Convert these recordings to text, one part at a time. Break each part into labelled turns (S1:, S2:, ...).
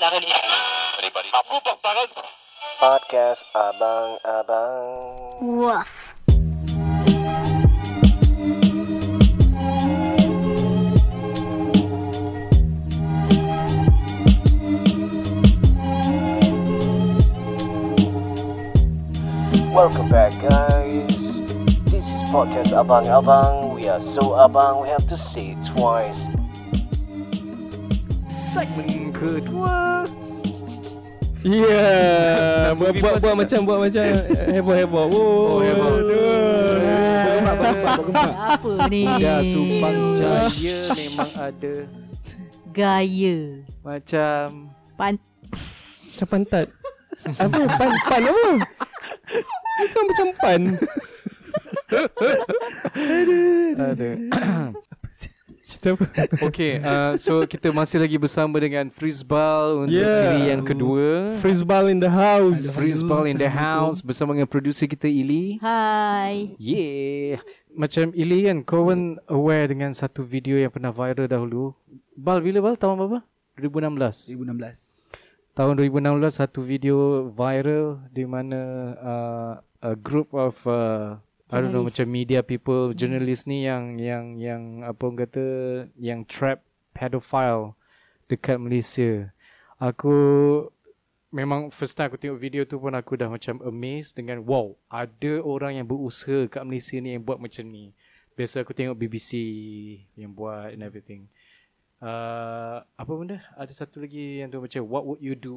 S1: la religion. Anybody? Ma peau porte-parole.
S2: Podcast Abang Abang.
S3: Woof.
S2: Welcome back, guys. This is Podcast Abang Abang. We are so abang we have to say it twice. Segmen kedua.
S4: Yeah Ya, buat, buat, buat macam Buat macam Heboh-heboh Oh heboh Bergempak Bergempak Bergempak
S3: Apa ni?
S4: Dah sumbang
S5: Jaya memang ada
S3: Gaya.
S5: macam
S3: Pan
S4: Macam pantat Apa pan Pan apa Macam macam pan
S5: ada.
S4: Cerita apa
S5: Okey, uh, so kita masih lagi bersama dengan Frizbal untuk
S4: Yeah.
S5: yeah. siri yang kedua.
S4: Frisbal in the house
S5: Frizbal in the house bersama dengan producer kita Ili.
S3: Hai.
S5: Yeah. Macam Ili kan, kau pun aware dengan satu video yang pernah viral dahulu. Bal, bila Bal? Tahun berapa? 2016.
S6: 2016
S5: Tahun 2016 satu video viral di mana uh, a group of uh, I don't know macam media people journalist ni yang yang yang apa orang kata yang trap pedophile dekat Malaysia. Aku memang first time aku tengok video tu pun aku dah macam amazed dengan wow ada orang yang berusaha kat Malaysia ni yang buat macam ni. Biasa aku tengok BBC yang buat and everything uh, apa benda ada satu lagi yang tu macam what would you do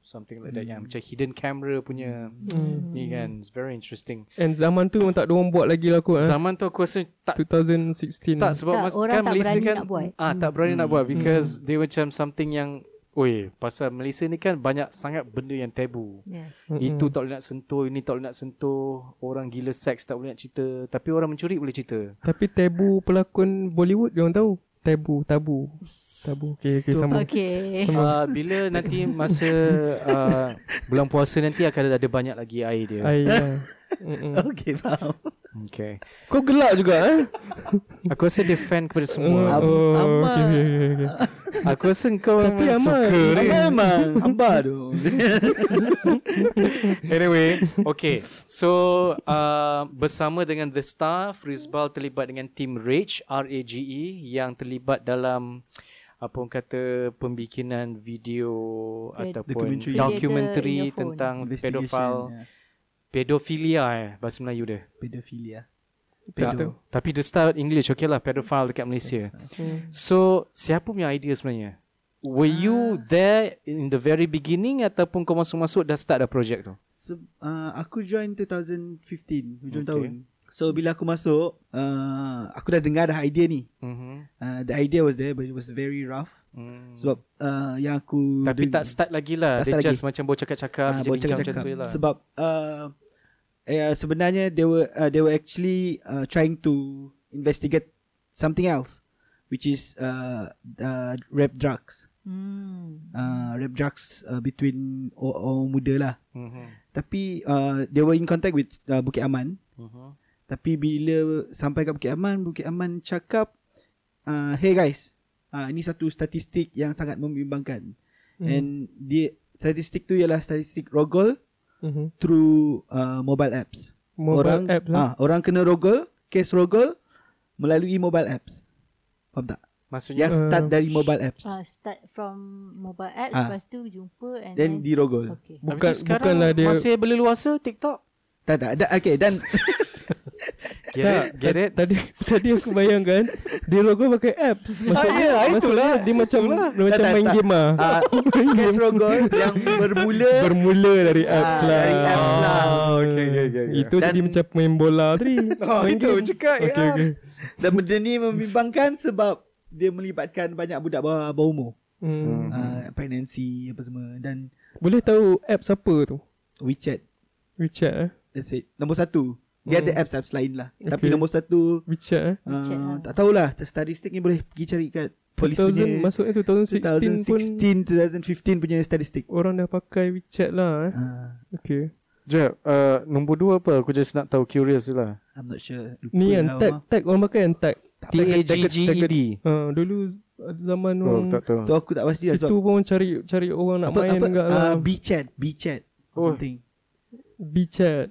S5: something like that yang macam hidden camera punya
S3: Hmm.
S5: ni kan it's very interesting
S4: And zaman tu memang tak ada orang buat lagi lah aku eh.
S5: zaman tu aku rasa tak
S4: 2016
S5: tak sebab
S3: Tak,
S5: masa
S3: orang
S5: kan
S3: tak
S5: Malaysia
S3: berani
S5: kan
S3: nak buat.
S5: ah tak berani nak buat because dia macam something yang oi pasal Malaysia ni kan banyak sangat benda yang tabu
S3: Yes.
S5: itu tak boleh nak sentuh Ini tak boleh nak sentuh Orang gila seks tak boleh nak cerita Tapi orang mencuri boleh cerita
S4: Tapi tabu pelakon Bollywood Dia orang tahu Tabu Tabu Tabu Okay, okay sambung
S3: Okay.
S5: uh, Bila nanti masa uh, Bulan puasa nanti akan ada, ada banyak lagi air dia
S4: Ai, ya.
S6: Okay faham
S5: Okay
S4: Kau gelak juga eh?
S5: Aku rasa dia fan kepada semua.
S4: oh,
S6: Abang.
S4: okay, okay, okay, okay.
S5: Aku rasa kau
S4: Tapi
S5: memang
S4: Amal
S5: suka dia.
S6: Memang Abah tu
S5: Anyway, okay. So, uh, bersama dengan The Star, Frizbal terlibat dengan tim Rage, R-A-G-E, E, yang terlibat dalam apa orang kata pembikinan video ataupun
S6: Documentary.
S5: dokumentari
S3: Predator in your phone.
S5: tentang
S6: Investigation,
S5: pedofil
S6: ya.
S5: pedofilia eh bahasa Melayu dia.
S6: Pedofilia
S5: Tak tahu. Tapi The Star English okay lah pedophile dekat Malaysia. So siapa punya idea sebenarnya? Were
S4: Ah.
S5: you there in the very beginning ataupun kau masuk-masuk dah start dah project tu?
S4: Hmm.
S6: So, uh, aku join 2015 Hujung
S5: Okay.
S6: okay. tahun So bila aku masuk uh, Aku dah dengar dah idea ni
S5: Mm-hmm.
S6: uh, The idea was there But it was very rough
S5: Mm.
S6: Sebab uh, yang aku
S5: Tapi tak start lagi lah.
S6: Tak
S5: Dia
S6: start
S5: just
S6: lagi.
S5: macam bawa cakap-cakap,
S6: Ah,
S5: macam
S6: bawa
S5: bincang
S6: cakap-cakap.
S5: macam tu je lah.
S6: Sebab uh, eh, sebenarnya they were uh, they were actually uh, trying to investigate something else which is uh, uh, rap drugs.
S3: Hmm.
S6: Uh, rap drugs uh, between o- orang muda lah.
S5: Mm-hmm.
S6: Tapi uh, they were in contact with uh, Bukit Aman.
S5: Mm-hmm.
S6: Tapi bila sampai kat Bukit Aman, Bukit Aman cakap, uh, hey guys, uh, ini satu statistik yang sangat membimbangkan.
S4: Hmm.
S6: Mm. And dia statistik tu ialah statistik rogol
S5: Mm-hmm.
S4: Mhm.
S6: through uh, mobile apps.
S4: Mobile
S6: orang,
S4: app lah.
S6: Ah, orang kena rogol, kes rogol melalui mobile apps. Faham tak?
S5: Maksudnya
S4: Ya,
S6: Yang start
S4: Ah.
S6: dari mobile apps.
S3: Uh, start from mobile apps.
S6: Ah.
S3: Lepas tu jumpa. And
S6: Then
S3: then,
S6: dirogol.
S3: Okay.
S5: habis tu
S4: Bukan
S5: sekarang
S4: bukanlah dia
S5: masih berleluasa TikTok.
S6: Tak tak. Da, okay, dan
S5: Get
S4: tak,
S5: it? Get
S4: ta-
S5: it?
S4: Tadi tadi aku bayangkan dia logo pakai apps. Maksudnya
S5: Ah, ya,
S4: maksudnya dia macam dia macam
S6: tak,
S4: main
S6: tak.
S4: game ah.
S6: uh, kes rogol yang bermula
S4: Bermula dari apps lah.
S6: Ah, dari apps lah.
S4: Oh,
S5: okay, okay, okay, okay.
S4: Itu jadi
S6: Dan-
S4: macam main bola tadi.
S5: Oh, itu cakap
S4: Okay,
S5: ya.
S4: okay.
S6: dan benda ni membimbangkan sebab dia melibatkan banyak budak bawah, bawah umur.
S4: Hmm.
S6: Uh, pregnancy apa semua dan
S4: Boleh tahu apps apa tu?
S6: WeChat.
S4: WeChat eh?
S6: That's it. Nombor satu. Dia ada apps-apps lain lah. Okay. Tapi
S4: Hmm. Okay.
S6: nombor satu
S4: WeChat eh?
S3: WeChat lah.
S6: Uh, tak tahulah statistik ni boleh pergi cari kat polis
S4: 2000
S6: punya
S4: masuknya 2016, 2016 pun
S6: 2016 2015 punya statistik.
S4: orang dah pakai WeChat lah eh.
S6: Uh,
S4: Okay.
S5: Jep, uh, nombor dua apa? Aku just nak tahu curious je lah.
S6: I'm not sure. Lupa
S4: Ni kan
S6: lah,
S4: tag
S6: Omar.
S4: tag orang pakai kan tag.
S5: T-A-G-G-E-D
S4: Ha, dulu z- zaman
S5: E Oh
S4: orang
S5: tak tahu
S6: Tu aku tak pasti lah
S5: E
S4: situ
S6: sebab
S4: pun cari cari orang nak
S6: apa,
S4: main
S6: apa,
S4: enggak
S6: uh,
S5: Ah,
S4: lah.
S6: B-chat B-chat
S5: Oh.
S6: oh. something
S4: B-chat.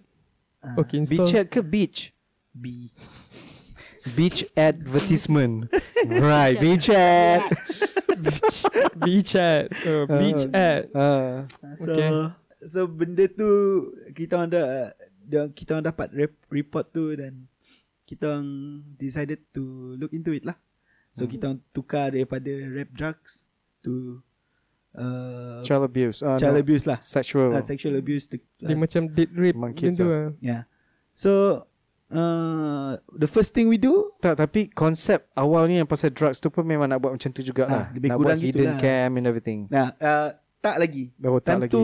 S6: Ah,
S4: Okay, install.
S5: Beach at ke beach?
S6: B
S5: Beach advertisement Right Beach ad
S4: B-chat. Uh, beach ad.
S5: Ah.
S6: So
S4: Okay.
S6: okay. so benda tu kita orang dah dia- kita orang dapat rep- report tu dan kita orang decided to look into it lah. So hmm. kita orang tukar daripada rap drugs to uh, child,
S5: Child abuse ah,
S6: child
S5: no.
S6: abuse lah.
S5: Sexual
S6: Uh, sexual abuse to
S4: Dia
S6: uh,
S4: macam date rape
S5: Memang
S4: macam
S5: kids
S4: tu lah.
S6: yeah. So uh, the first thing we do
S5: Tak tapi konsep awalnya yang pasal drugs tu pun memang nak buat macam tu jugalah.
S6: Ah, lebih
S5: nak
S6: kurang
S5: buat hidden
S6: gitulah.
S5: cam and everything.
S6: nah uh, tak lagi.
S5: Oh, tak
S6: Time
S5: lagi.
S6: tu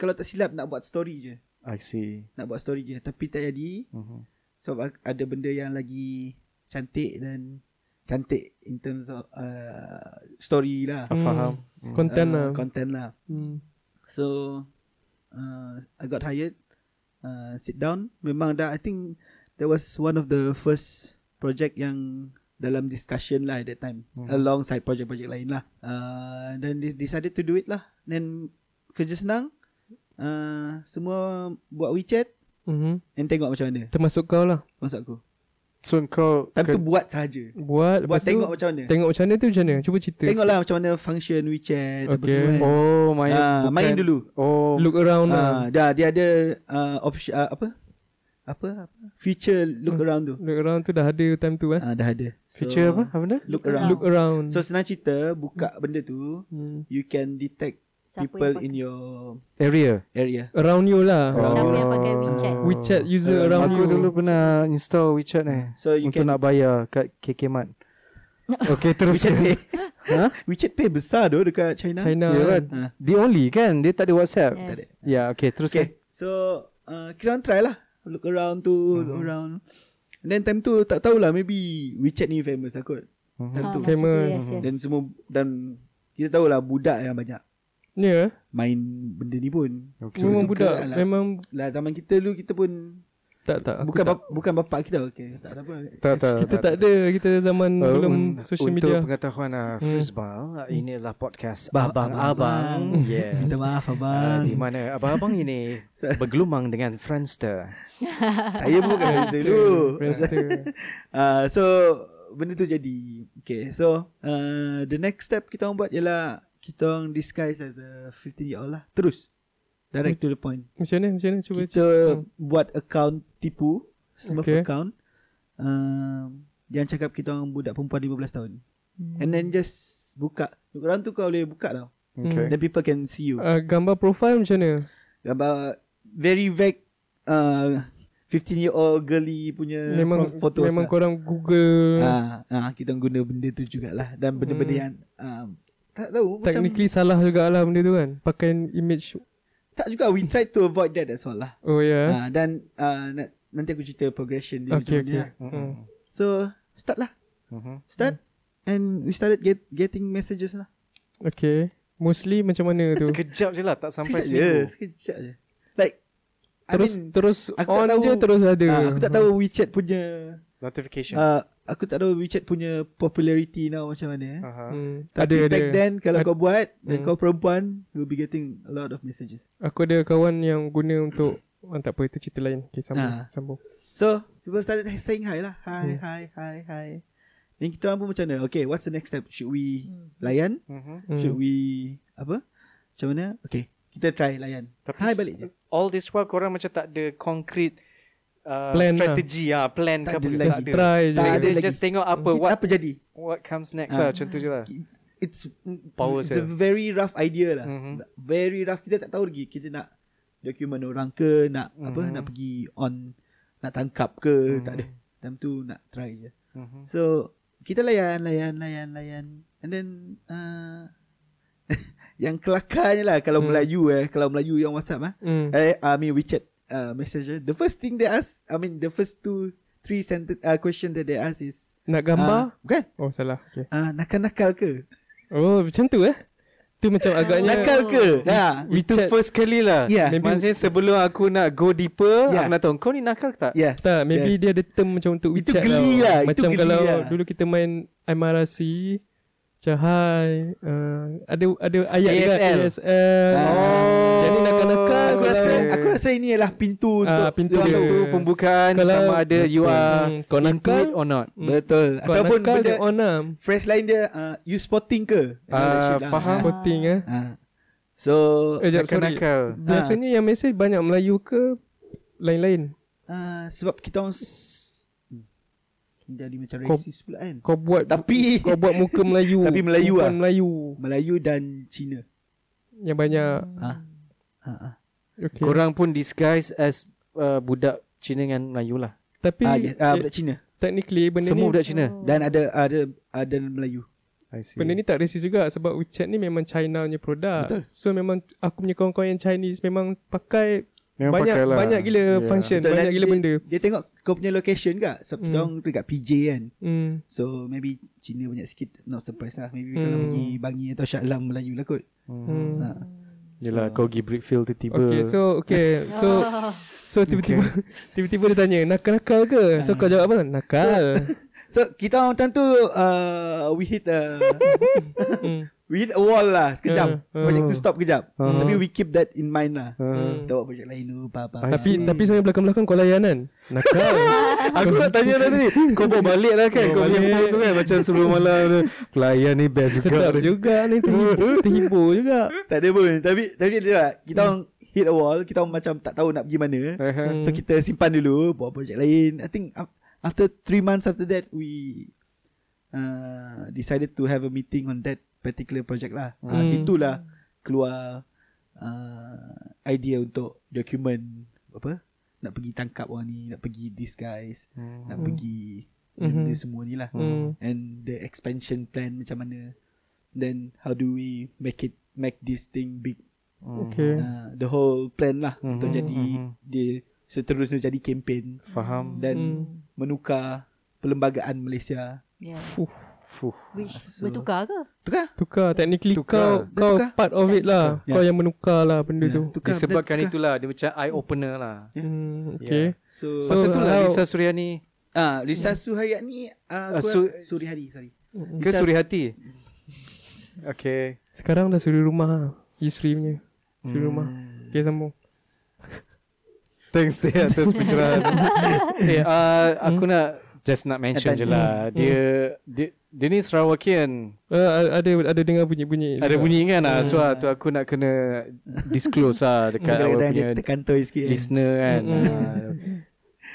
S6: kalau tak silap nak buat story je.
S5: I see.
S6: Nak buat story je tapi tak jadi.
S5: Mhm.
S6: sebab ak- ada benda yang lagi cantik dan cantik in terms of uh, story lah
S5: I faham.
S4: Content lah.
S6: uh, content lah
S4: Hmm.
S6: so uh, I got hired uh, sit down memang dah I think that was one of the first project yang dalam discussion lah at that time
S4: Mhm.
S6: hmm. alongside project-project lain lah uh, then they decided to do it lah then kerja senang uh, semua buat WeChat
S4: Mhm.
S6: and tengok macam mana
S4: Termasuk kau lah.
S6: maksud aku
S5: So kau
S6: time
S5: ke-
S6: tu buat saja
S4: Buat.
S6: buat
S4: lepas tu,
S6: tengok macam lah. mana
S4: Tengok macam mana tu macam mana? Cuba cerita.
S6: Tengoklah macam mana function WeChat apa
S4: Okay.
S6: semua kan.
S5: Oh main
S6: Ah,
S5: bukan-
S6: main dulu.
S5: Oh
S4: Look around lah.
S6: Ah, dah dia ada uh, option uh, apa? apa? Apa? Feature look around tu.
S4: Look around tu dah ada time tu eh.
S6: Ah, dah ada.
S5: Hmm.
S6: So,
S5: feature apa? Apa benda?
S6: Look around.
S4: Look around.
S6: So senang cerita buka benda tu
S4: Hmm.
S6: you can detect
S3: Siapa
S6: people
S3: yang
S6: in your
S5: Area.
S6: area.
S4: Around you lah.
S3: pakai, siapa yang pakai WeChat?
S4: WeChat user around
S5: Oh. Eh, Aku
S4: you.
S5: dulu pernah install WeChat ni
S6: So you
S5: untuk
S6: can
S5: nak bayar kat KK Mart. Okay terus
S6: WeChat Pay.
S5: Ha?
S6: WeChat Pay besar tu dekat China.
S4: China.
S5: Yalah,
S6: Ah.
S5: the only kan Dia tak ada WhatsApp
S3: Yes. Tak ada.
S5: yeah, okay terus
S6: Okay. So uh, kira orang try lah look around tu look around. And then time tu tak tahulah maybe WeChat ni famous lah kot.
S3: Ah,
S6: Time tu
S3: masa
S4: famous.
S3: yes, yes.
S6: Dan semua Dan kita tahulah budak yang banyak
S4: Ya.
S6: Main benda ni pun
S5: Okay.
S4: Memang
S6: Suka
S4: budak.
S6: lah.
S4: Memang
S6: Lah zaman kita dulu kita pun
S4: tak tak. Aku
S6: Bukan
S4: tak,
S6: bap, bukan bapak Ah, kita okay, Tak Oh, ada apa
S5: tak, tak,
S4: kita tak ada. Kita zaman
S5: Uh,
S4: belum
S5: un-
S4: social
S5: untuk
S4: media.
S5: pengetahuan uh, Frizbal uh, Inilah podcast
S6: Bah-
S5: Abang-Abang
S6: Abang-Abang.
S5: Yes
S6: Minta maaf
S5: Uh,
S6: abang
S5: di mana abang-abang ini bergelumang dengan Friendster.
S6: Saya pun bukan dari dulu
S4: Friendster.
S6: uh, So Benda tu jadi Okay so uh, The next step kita orang buat ialah Kita orang disguise as a 15 year old lah Terus Direct to the point
S4: Macam mana? Macam mana? Cuba
S6: kita buat account tipu Smurf
S4: Okay.
S6: okay. account um, yang cakap kita orang budak perempuan 15 tahun
S4: Hmm.
S6: and then just buka orang tu kau boleh buka tau
S5: Okay.
S6: then people can see you
S4: Uh, Hmm. gambar profil macam mana?
S6: gambar very vague uh, 15 year old girly punya
S4: memang
S6: photos
S4: memang
S6: lah.
S4: korang Google uh,
S6: Ah, ah, kita orang guna benda tu jugalah dan benda-benda yang um, tak tahu macam
S4: Hmm. technically salah jugalah benda tu kan. Pakai image.
S6: tak juga we try to avoid that as well lah
S4: Oh ya. Yeah.
S6: Ah, dan uh, nanti aku cerita progression dia
S4: okay Hmm.
S6: macam
S4: okay.
S6: mana lah. So start lah
S5: Mhm.
S6: Start And we started get, getting messages lah
S4: Okay. Mostly macam mana tu?
S5: Sekejap je lah tak sampai
S6: Sekejap je
S5: seminggu.
S6: Sekejap je Like
S4: Terus
S6: I mean,
S4: terus
S6: aku tak
S4: on
S6: tahu-
S4: je terus Hmm. ada.
S6: ah, Aku tak tahu WeChat punya
S5: Notification.
S6: uh, Aku tak tahu WeChat punya Popularity now macam mana eh.
S5: Aha.
S4: Hmm. Ada
S6: Tapi
S4: ada.
S6: back then Kalau
S4: Ad-
S6: kau buat Dan
S4: Hmm.
S6: kau perempuan You'll be getting A lot of messages
S4: Aku ada kawan yang guna untuk ah, tak apa itu cerita lain. Okay, sambung
S6: Ah.
S4: sambung.
S6: So People started saying hi lah Hi hi hi hi Then kita orang pun macam mana Okay what's the next step Should we Layan
S5: Mhm.
S4: Hmm. Mm.
S6: Should we Apa Macam mana Okay Kita try layan
S5: Tapi
S6: Hi balik je
S5: All this while korang macam tak ada concrete uh,
S4: Plan lah.
S5: strategi lah. plan ke
S6: Tak
S5: apa
S6: ada
S5: ke,
S6: lagi.
S5: tak
S4: Try
S5: ada.
S4: je.
S6: Tak
S5: Kita
S6: ada lagi.
S5: Just tengok apa
S6: Kita
S5: what
S6: apa jadi
S5: what comes next
S6: Ah.
S5: lah macam tu je lah.
S6: it's
S5: Power
S6: it's
S5: saya.
S6: a very rough idea lah.
S5: Mhm.
S6: Mm-hmm. Very rough kita tak tahu lagi kita nak dokumen orang ke nak mm-hmm. apa nak pergi on nak tangkap ke mm-hmm. tak ada. Time tu nak try je.
S5: Mhm.
S6: Mm-hmm. So kita layan layan layan layan and then uh, yang kelakarnya lah kalau mm. Melayu eh kalau Melayu yang WhatsApp eh,
S4: Hmm.
S6: eh I mean WeChat uh, messenger the first thing they ask I mean the first two three sentence uh, question that they ask is
S4: Nak
S6: uh,
S4: gambar?
S6: bukan
S4: Oh salah. Okay.
S6: uh, nakal-nakal ke
S4: Oh macam tu eh? Itu macam agaknya
S6: Nakal ke? Ya.
S5: Itu
S4: Richard-
S5: first kali lah
S6: Yeah.
S5: Maybe Maksudnya sebelum aku nak go deeper
S6: Yeah.
S5: Aku nak tahu Kau ni nakal ke tak?
S6: Yes.
S4: Tak, maybe
S6: yes.
S4: dia ada term macam untuk
S6: Itu
S4: WeChat
S6: geli lah, itu
S4: Macam
S6: geli
S4: kalau
S6: lah.
S4: dulu kita main MRC, macam hi, uh, ada ada ayat dekat
S5: ASL.
S4: ASL.
S6: Oh.
S4: Jadi nakal-nakal
S6: Aku
S4: kalau-
S6: rasa aku rasa ini ialah pintu untuk
S4: Ah, pintu
S6: dia orang
S4: dia.
S5: Itu
S6: tahu.
S5: pembukaan
S4: Kalau-
S5: sama ada you are
S4: Hmm, kau nakal,
S5: good or not
S6: Betul.
S4: kau
S6: Ataupun
S4: Hmm. nakal
S6: benda
S4: dia on lah.
S6: phrase lain dia uh, you spotting ke? And all that
S5: Ah,
S6: shit lah.
S5: faham.
S4: Sporting eh.
S6: Ah. So
S4: Eh, jap, sorry.
S5: Nakal-nakal
S4: Biasanya yang message banyak Melayu ke lain-lain?
S6: uh, sebab kita orang s- hmm. jadi macam
S4: Kau-
S6: racist pula kan.
S4: Kau buat
S6: Tapi-
S4: kau buat muka Melayu.
S6: Tapi Melayu
S4: Bukan
S6: lah.
S4: Melayu
S6: Melayu dan Cina.
S4: yang banyak.
S6: Ha ah.
S4: Okay.
S5: Korang pun disguise as uh, Budak Cina dengan Melayu lah
S4: Tapi
S6: Ah, yes, ah,
S4: eh,
S6: budak Cina
S4: technically benda
S5: Semua
S4: ni Oh.
S5: budak Cina
S3: Oh,
S6: dan ada ada ada Melayu.
S5: I see
S4: Benda ni tak racist juga sebab WeChat ni memang China punya produk. Betul. So memang aku punya kawan-kawan yang Chinese memang pakai
S5: Memang
S4: banyak
S5: pakai lah.
S4: banyak gila
S5: Yeah.
S4: function,
S6: Betul,
S4: Eh, banyak
S6: dan
S4: gila
S6: dia,
S4: benda.
S6: Dia tengok kau punya location ke? Sebab kita
S4: Hmm.
S6: orang dekat PJ kan.
S4: Hmm.
S6: So maybe Cina banyak sikit Not surprised lah Maybe
S4: Hmm.
S6: hmm. kalau pergi Bangi atau Shah Alam Melayu lah kot
S4: hmm.
S6: ha.
S5: Yelah kau pergi Brickfield tu tiba
S4: Okay, so okay, so so tiba-tiba tiba-tiba dia tanya nakal-nakal ke? So kau jawab apa? Nakal.
S6: So kita orang time tu uh, We hit a
S4: Hmm.
S6: We hit a wall lah Sekejap
S5: Hmm,
S4: Uh, uh.
S6: Project tu stop kejap
S5: Uh.
S6: Tapi we keep that in mind lah
S5: Uh.
S6: Kita buat project lain dulu apa, apa, apa.
S4: tapi tapi sebenarnya belakang-belakang kau layan kan? Nakal.
S5: Aku nak tanya dah tadi Kau bawa balik lah kan Kau punya
S4: balik.
S5: phone tu kan Macam sebelum malam tu. Pelayan ni best
S4: Sedap
S5: juga
S4: juga ni terhibur, terhibur juga.
S6: Tak ada pun Tapi tapi dia lah Kita orang hit a wall Kita orang macam tak tahu nak pergi mana
S5: Uh-huh.
S6: So kita simpan dulu Buat project lain I think af- After 3 months after that We uh, Decided to have a meeting On that particular project lah hmm. uh,
S4: Hmm.
S6: Situlah Keluar uh, Idea untuk Document Apa Nak pergi tangkap orang ni Nak pergi disguise hmm. Nak pergi Benda
S4: Mhm.
S6: semua ni lah
S4: Hmm.
S6: And the expansion plan Macam mana Then how do we Make it Make this thing big
S5: Hmm.
S4: Okay.
S6: uh, the whole plan lah mm-hmm,
S4: Hmm.
S6: untuk
S5: Mhm,
S6: jadi
S5: mhm.
S6: mm-hmm. dia seterusnya jadi kempen
S5: Faham
S6: dan
S4: Hmm.
S6: mm. menukar perlembagaan Malaysia.
S3: Yeah.
S4: Fuh.
S5: Fuh
S3: Which
S6: so-
S3: bertukar ke?
S6: Tukar?
S4: Tukar technically kau
S5: Tukar.
S4: kau
S6: Dia tukar.
S4: part of it lah.
S6: Yeah.
S4: Kau yang menukar lah benda
S6: Ya,
S4: tu.
S6: tukar Ya.
S5: Disebabkan
S6: benda
S5: itulah Dia macam eye opener lah
S4: Hmm, okay.
S6: So,
S5: so,
S6: so
S5: Masa tu lah
S4: how-
S5: Lisa Suryani
S6: ah
S4: Hmm.
S6: Lisa Suharyat ni uh,
S5: Ah,
S6: uh,
S5: Su-
S6: Su- Surihari sorry.
S5: Ke
S6: Lisa-
S5: Surihati Okay
S4: Sekarang dah suri rumah lah. Yusri punya. Suri rumah.
S6: Hmm.
S4: Okay, sambung.
S5: Thanks Tia atas pencerahan. eh, uh, aku
S4: Hmm?
S5: nak just nak mention je lah. Dia, dia dia ni Sarawakian.
S4: Uh, ada ada dengar bunyi-bunyi.
S5: Ada
S4: juga.
S5: bunyi kan? Ah, so
S4: Hmm.
S5: ah, tu aku nak kena disclose lah dekat awal
S6: Kadang-kadang dia
S5: punya
S6: terkantoi sikit. kan.
S5: listener kan. Ah,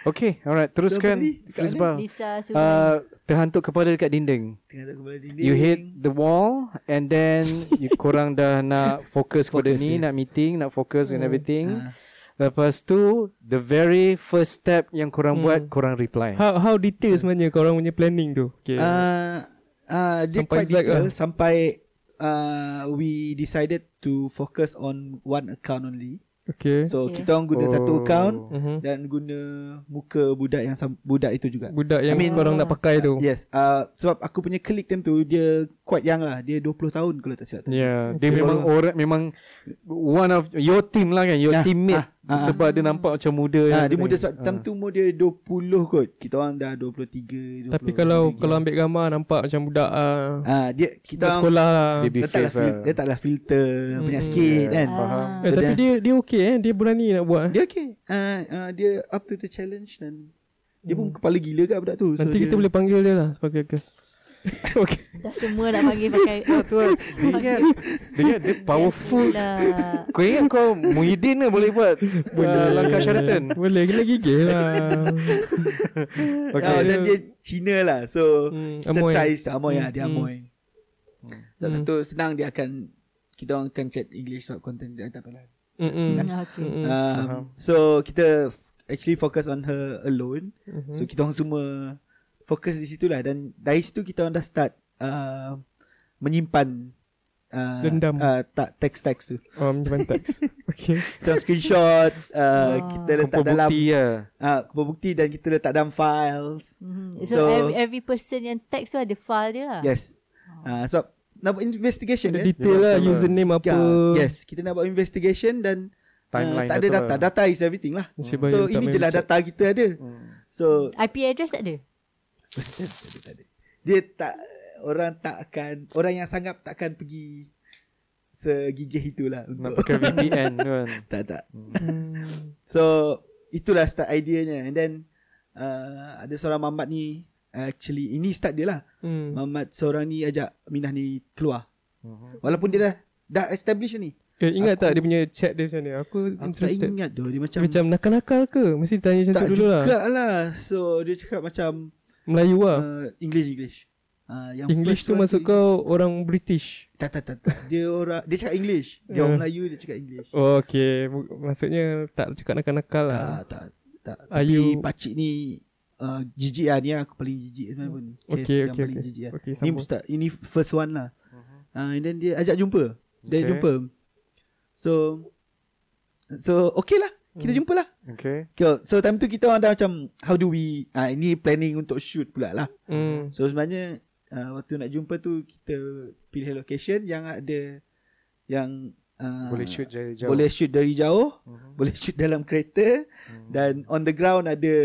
S5: okay, alright. Teruskan
S6: So, apa tadi? Dekat
S5: Frisbah.
S3: Lisa Surya.
S5: Uh, terhantuk kepala dekat dinding.
S6: Tengah tak kepala dinding.
S5: You hit the wall and then you, korang dah nak fokus kepada
S6: Focus,
S5: ni,
S6: yes.
S5: nak meeting, nak fokus and everything.
S6: Ah.
S5: Lepas tu the very first step yang korang buat
S6: Mm.
S5: korang reply.
S6: Ha.
S4: How how detail sebenarnya kau orang punya planning tu? Okay.
S6: Uh, uh,
S4: Sampai
S6: dia sampai quite
S4: Zack
S6: detail
S4: lah.
S6: sampai uh, we decided to focus on one account only.
S4: okay.
S6: So
S3: Okay.
S6: kita orang guna oh. satu
S5: Oh.
S6: account
S4: Mhm.
S6: dan guna muka budak yang sam- budak itu juga.
S4: Budak yang
S6: I mean-
S4: korang nak pakai tu.
S6: Yes, uh, sebab aku punya klik time tu dia quite young lah. Dia 20 tahun kalau tak
S4: Ya,
S6: silap. tu.
S5: Yeah, Ya, dia memang orang memang one of your team lah kan, your
S6: Ah,
S5: teammate
S6: ah, ah.
S5: sebab dia nampak macam muda. kan.
S6: Ah,
S5: yang
S6: dia
S5: tu
S6: muda
S5: ni.
S6: sebab time tu umur dia 20 kot. Kita orang dah 23, 20.
S4: Tapi kalau kalau ambil gambar nampak macam budak uh,
S6: ah dia kita orang
S4: sekolah lah. Hmm.
S5: Baby
S6: letaklah
S5: face
S6: fil-
S5: lah.
S6: letaklah filter banyak sikit kan.
S5: Faham.
S4: Eh, tapi dia dia okey eh. Dia berani nak buat. eh.
S6: Dia okay. Uh, uh, dia up to the challenge dan dia pun kepala gila kat budak tu.
S4: Hmm. Nanti
S6: dia,
S4: kita boleh panggil dia lah sebagai guest. okay.
S3: Dah semua dah panggil pakai. Ah, tu lah.
S5: Dia ingat, dia ingat dia powerful.
S3: Lah.
S5: Kau ingat kau Muhyiddin ke boleh buat uh, langkah syaratan?
S4: Boleh kena gigih lah.
S6: okay. oh, dan dia Cina lah. So
S4: Hmm,
S6: kita
S4: Amoy.
S6: try Amoy lah. Dia
S4: Hmm.
S6: Amoy. Sebab Hmm. satu senang dia akan kita orang akan chat English sebab content dia tak apalah.
S4: Mm-mm.
S3: hmm, Okay.
S4: Mm-mm.
S6: Um, so kita f- actually focus on her alone.
S4: Hmm.
S6: Mm-hmm. So kita orang semua fokus di situ lah dan dari situ kita orang dah start uh, menyimpan uh,
S4: Dendam.
S6: uh, tak teks-teks tu.
S4: Oh, menyimpan teks. Okay.
S6: Kita orang screenshot,
S4: Ah.
S6: uh, kita letak
S5: Kumpul
S6: dalam
S5: bukti lah.
S6: uh, kumpul bukti dan kita letak dalam files.
S4: Hmm.
S3: Mhm. So,
S6: So-
S3: every, every person yang text tu ada file dia lah.
S6: Yes. Uh, sebab nak buat investigation
S4: Kena
S6: eh?
S4: detail lah username apa.
S6: Ya, Yes, kita nak buat investigation dan uh,
S5: Timeline
S6: tak ada
S5: data
S6: data.
S5: lah.
S6: Data is everything lah.
S4: Nasib baik
S6: So
S4: tak
S6: ini
S4: main Hmm.
S6: je lah
S4: WeChat.
S6: data kita ada. So
S7: IP address tak ada
S6: dia tak orang tak akan orang yang sangat tak akan pergi segigih itulah
S5: Nak
S6: untuk
S5: pakai VPN kan.
S6: tak tak.
S4: Hmm.
S6: so itulah start ideanya and then uh, ada seorang mamat ni actually ini start dia lah.
S4: Hmm.
S6: Mamat seorang ni ajak Minah ni keluar. Walaupun dia dah dah establish ni.
S4: Eh, ingat tak dia punya chat dia macam mana? Aku
S6: Aku tak
S4: interested.
S6: ingat tu dia
S4: Dia
S6: macam,
S4: macam nakal-nakal ke? Mesti tanya macam
S6: tak
S4: tu dulu
S6: juga
S4: lah.
S6: lah. So dia cakap macam
S4: Melayu lah.
S6: uh, English English. Uh, yang
S4: English tu
S6: first one
S4: masuk kau orang British.
S6: Tak tak tak. tak. Dia orang dia cakap English. Dia
S4: Eh.
S6: orang Melayu dia cakap English.
S4: Oh, okay. M- Maksudnya tak cakap nakal-nakal lah.
S6: Tak tak tak.
S4: Are
S6: Tapi
S4: you-
S6: pakcik ni uh, jijik lah ni yang aku paling jijik sebenarnya pun. Kes
S4: Okay,
S6: yang
S4: okay,
S6: paling
S4: okay.
S6: jijik lah.
S4: Okay,
S6: ni
S4: sambung.
S6: ustaz, ini first one lah.
S5: Mhm.
S6: Uh, and then dia ajak jumpa. Dia
S5: Okay.
S6: jumpa. So so okay lah. Kita
S4: Hmm.
S6: jumpa lah.
S5: Okay.
S6: Okay, so time tu kita orang dah macam how do we ah ini planning untuk shoot pula lah.
S4: Hmm.
S6: So sebenarnya uh, waktu nak jumpa tu kita pilih location yang ada yang
S5: Ah.
S6: uh,
S5: Boleh shoot dari jauh.
S6: boleh shoot dari jauh, boleh shoot dalam kereta dan on the ground ada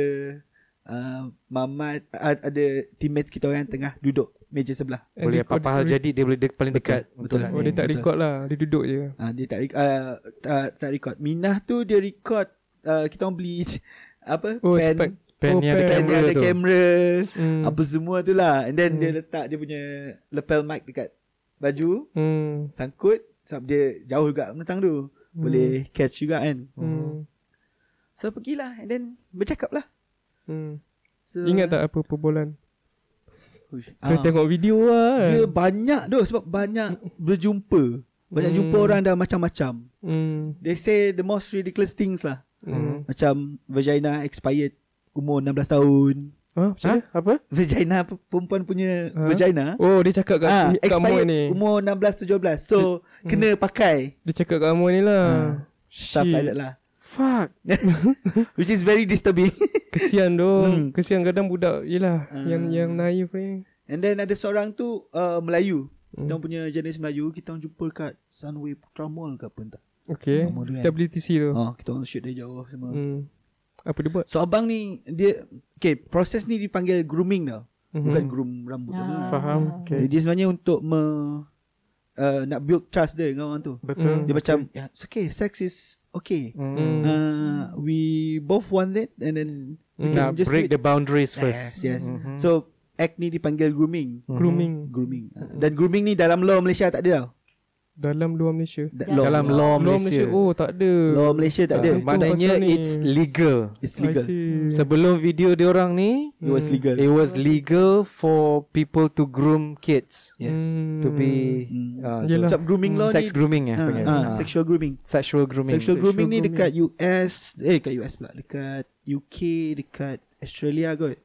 S6: uh, Mamat uh, ada teammates kita orang yang tengah duduk meja sebelah.
S4: And
S5: Boleh
S4: dia kod-
S5: apa-apa hal jadi dia boleh dek, paling dekat untuk
S6: betul.
S5: nak
S4: Oh, dia
S5: ni.
S4: tak
S6: Betul.
S4: record lah. Dia duduk je.
S6: Uh, dia tak, rec- uh, tak tak record. Minah tu dia record uh, kita orang beli apa
S4: Oh,
S6: pen
S4: spek.
S5: Pen
S4: oh,
S5: ni ada
S6: pen
S5: kamera
S6: yang ada
S5: tu.
S6: kamera
S4: Hmm.
S6: apa semua tu lah. And then dia letak dia punya lapel mic dekat baju.
S4: Hmm.
S6: sangkut sebab dia jauh juga menentang tu. Boleh catch juga kan.
S4: Hmm.
S6: So pergilah and then bercakap lah.
S4: Hmm.
S6: So,
S4: Ingat tak apa perbualan?
S6: Uish,
S4: Kau
S6: ah,
S4: tengok video lah.
S6: dia banyak tu sebab banyak berjumpa. Banyak jumpa orang dah macam-macam.
S4: Hmm.
S6: They say the most ridiculous things lah.
S4: Hmm.
S6: Macam vagina expired umur 16 tahun. Oh,
S4: Ah, macam
S5: Ha?
S4: mana?
S5: Apa?
S6: Vagina pe- perempuan punya
S4: Ha?
S6: vagina.
S4: Oh, dia cakap kat,
S6: Ah,
S4: kat Amor
S6: expired
S4: ni.
S6: umur 16 17. So kena pakai
S4: Dia cakap kat Amor ni lah.
S6: Ah,
S4: Shit.
S6: stuff like that lah.
S5: Fuck.
S6: Which is very disturbing.
S4: Kesian dong.
S6: Hmm. Ah.
S4: Kesian kadang budak Yelah Yang yang naif ni
S6: And then ada seorang tu uh, Melayu.
S4: Hmm.
S6: Kita orang punya jenis Melayu, kita orang jumpa kat Sunway Putra Mall ke apa entah.
S4: Okay
S6: Nama dia kan?
S4: WTC tu
S6: Ha, kita orang shoot dari jauh semua.
S4: hmm. Apa dia buat
S6: So abang ni dia okay, proses ni dipanggil grooming tau. Bukan groom rambut ah.
S5: Mhm. Faham.
S6: Jadi
S5: Okay.
S6: dia sebenarnya untuk me, uh, nak build trust dia dengan orang tu.
S5: Betul.
S6: Dia macam yeah, it's okay, sex is okay.
S4: hmm.
S6: Uh, we both want it and then we
S5: Nak
S6: can just
S5: Mm. break
S6: do it.
S5: the boundaries
S6: yes,
S5: first. Mm-hmm.
S6: yes. So act ni dipanggil grooming.
S4: Grooming
S6: Grooming.
S5: Mm-hmm.
S6: Ah, Dan grooming ni dalam law Malaysia tak ada tau.
S4: Dalam luar Malaysia
S6: Da-
S7: Dalam
S5: Dalam law
S4: Luar
S5: Malaysia.
S4: Oh tak ada
S6: Law Malaysia tak
S4: Ah,
S6: ada.
S4: sebab-
S5: Maknanya
S4: pasal ni.
S5: it's legal.
S6: It's
S4: I
S6: legal. Hmm.
S4: see.
S5: Sebelum video dia orang ni,
S6: It was legal.
S5: Mm. it was legal for people to groom kids
S6: Yes.
S4: Hmm.
S5: to be
S6: Hmm.
S5: uh,
S4: Yelah.
S6: Sebab grooming law
S5: sex
S6: ni
S5: grooming eh
S6: Ah,
S5: panggil.
S6: ah,
S5: Ah.
S6: sexual grooming.
S5: sexual grooming.
S6: Sexual grooming ni dekat US, eh dekat US pula, dekat UK, dekat Australia kot.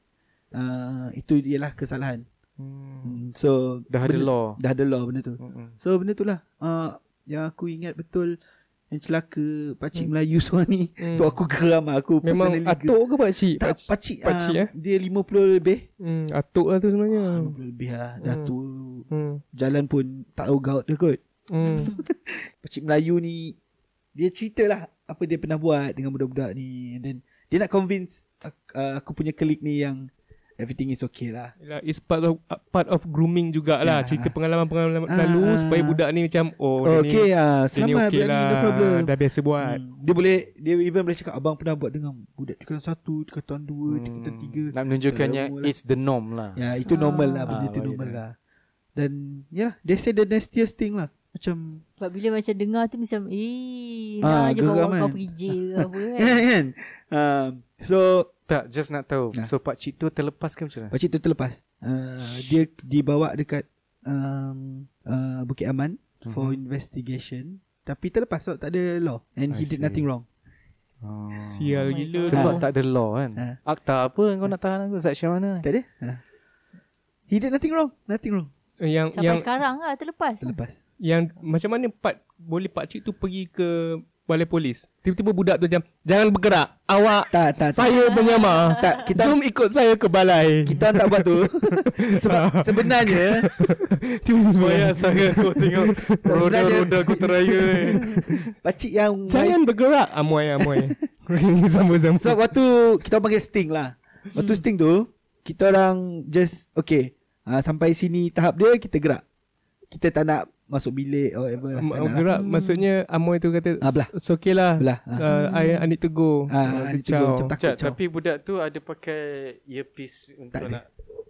S6: Uh, itu ialah kesalahan. Hmm. So
S5: Dah ada
S6: benda-
S5: law.
S6: Dah ada law benda tu.
S5: Mm-mm.
S6: So benda tu lah uh, yang aku ingat betul yang celaka pakcik Melayu seorang ni.
S4: Hmm.
S6: Tu aku geram lah. aku
S4: Memang
S6: personally.
S4: atuk ke pakcik
S6: ge- tak
S4: Pakcik-
S6: pakcik,
S4: pakcik,
S6: ah,
S4: eh?
S6: dia 50 lebih.
S4: hmm. Atuk lah tu sebenarnya
S6: 50 lebih lah dah
S4: Hmm.
S6: tua.
S4: hmm.
S6: Jalan pun tak tahu gaut dia kot
S4: Hmm.
S6: Pakcik Melayu ni Dia cerita lah Apa dia pernah buat Dengan budak-budak ni And then Dia nak convince aku, uh, aku punya klik ni yang Everything is okay lah
S4: Yelah, It's part of part of grooming jugalah
S6: Ya.
S4: Cerita pengalaman-pengalaman
S6: Ah,
S4: lalu
S6: ah.
S4: Supaya budak ni macam Oh, dia
S6: oh,
S4: ni
S6: Okay lah
S4: dia ni
S6: Selamat
S4: okay
S6: okay berani
S4: lah
S6: lah. no problem
S4: Dah biasa buat
S6: Hmm. Dia boleh Dia even boleh cakap Abang pernah buat dengan Budak tingkatan satu Tingkatan dua Tingkatan tiga
S4: Hmm,
S5: Nak menunjukkannya
S6: Semua lah.
S5: it's the norm lah.
S6: Ya itu normal lah Benda
S5: Ah,
S4: oh,
S6: tu
S5: bagi
S6: normal
S5: dia.
S6: lah Dan Yalah They say the nastiest thing lah Macam
S7: Sebab bila macam dengar tu macam Eh
S6: Ah,
S7: nak je bawa
S6: geram
S7: kau
S6: kan?
S7: pergi jail ke apa kan
S6: Kan kan Ah, So
S5: Tak, just nak tahu.
S6: Ya.
S5: So pak cik tu terlepas ke macam mana?
S6: Pakcik tu terlepas uh, Dia dibawa dekat um, uh, Bukit Aman For investigation Tapi terlepas sebab tak ada law And he
S5: I
S6: did
S5: see.
S6: nothing wrong
S4: Sial gila
S5: Sebab
S6: Ah.
S5: tak ada law kan.
S6: Ah.
S5: Akta apa yang kau nak tahan aku section mana?
S6: Tak ada ha. He did nothing wrong Nothing wrong
S4: Yang
S7: Sampai
S4: yang
S7: sekarang lah terlepas
S6: Terlepas
S4: Yang macam mana part Boleh pakcik tu pergi ke balai polis. Tiba-tiba budak tu macam jangan bergerak. Awak
S6: Tak, tak, tak.
S4: saya penyamar.
S6: Tak, kita-
S4: Jom ikut saya ke balai.
S6: Kita orang tak buat tu Sebab sebenarnya
S4: Tiba-tiba.
S5: Bayar sangat kau tengok
S6: Sebenarnya-
S5: Roda-roda kuteraya eh.
S6: Pakcik yang
S4: Jangan bergerak. Ah, Amuai amuai. Sama-sama.
S6: Sebab waktu kita orang panggil sting lah. Waktu sting tu kita orang just okay uh, sampai sini tahap dia kita gerak. Kita tak nak masuk bilik or whatever lah.
S4: M-
S6: Tak nak lah.
S4: gerak maksudnya Amoy tu kata
S6: Ah, belah.
S4: It's okay lah
S6: Belah, ah.
S4: Uh, I, I need to go
S6: Ah,
S4: Uh,
S6: dia tegur, macam takut
S5: Cak,
S6: caw.
S5: tapi budak tu ada pakai earpiece untuk
S6: Tak ada.
S5: nak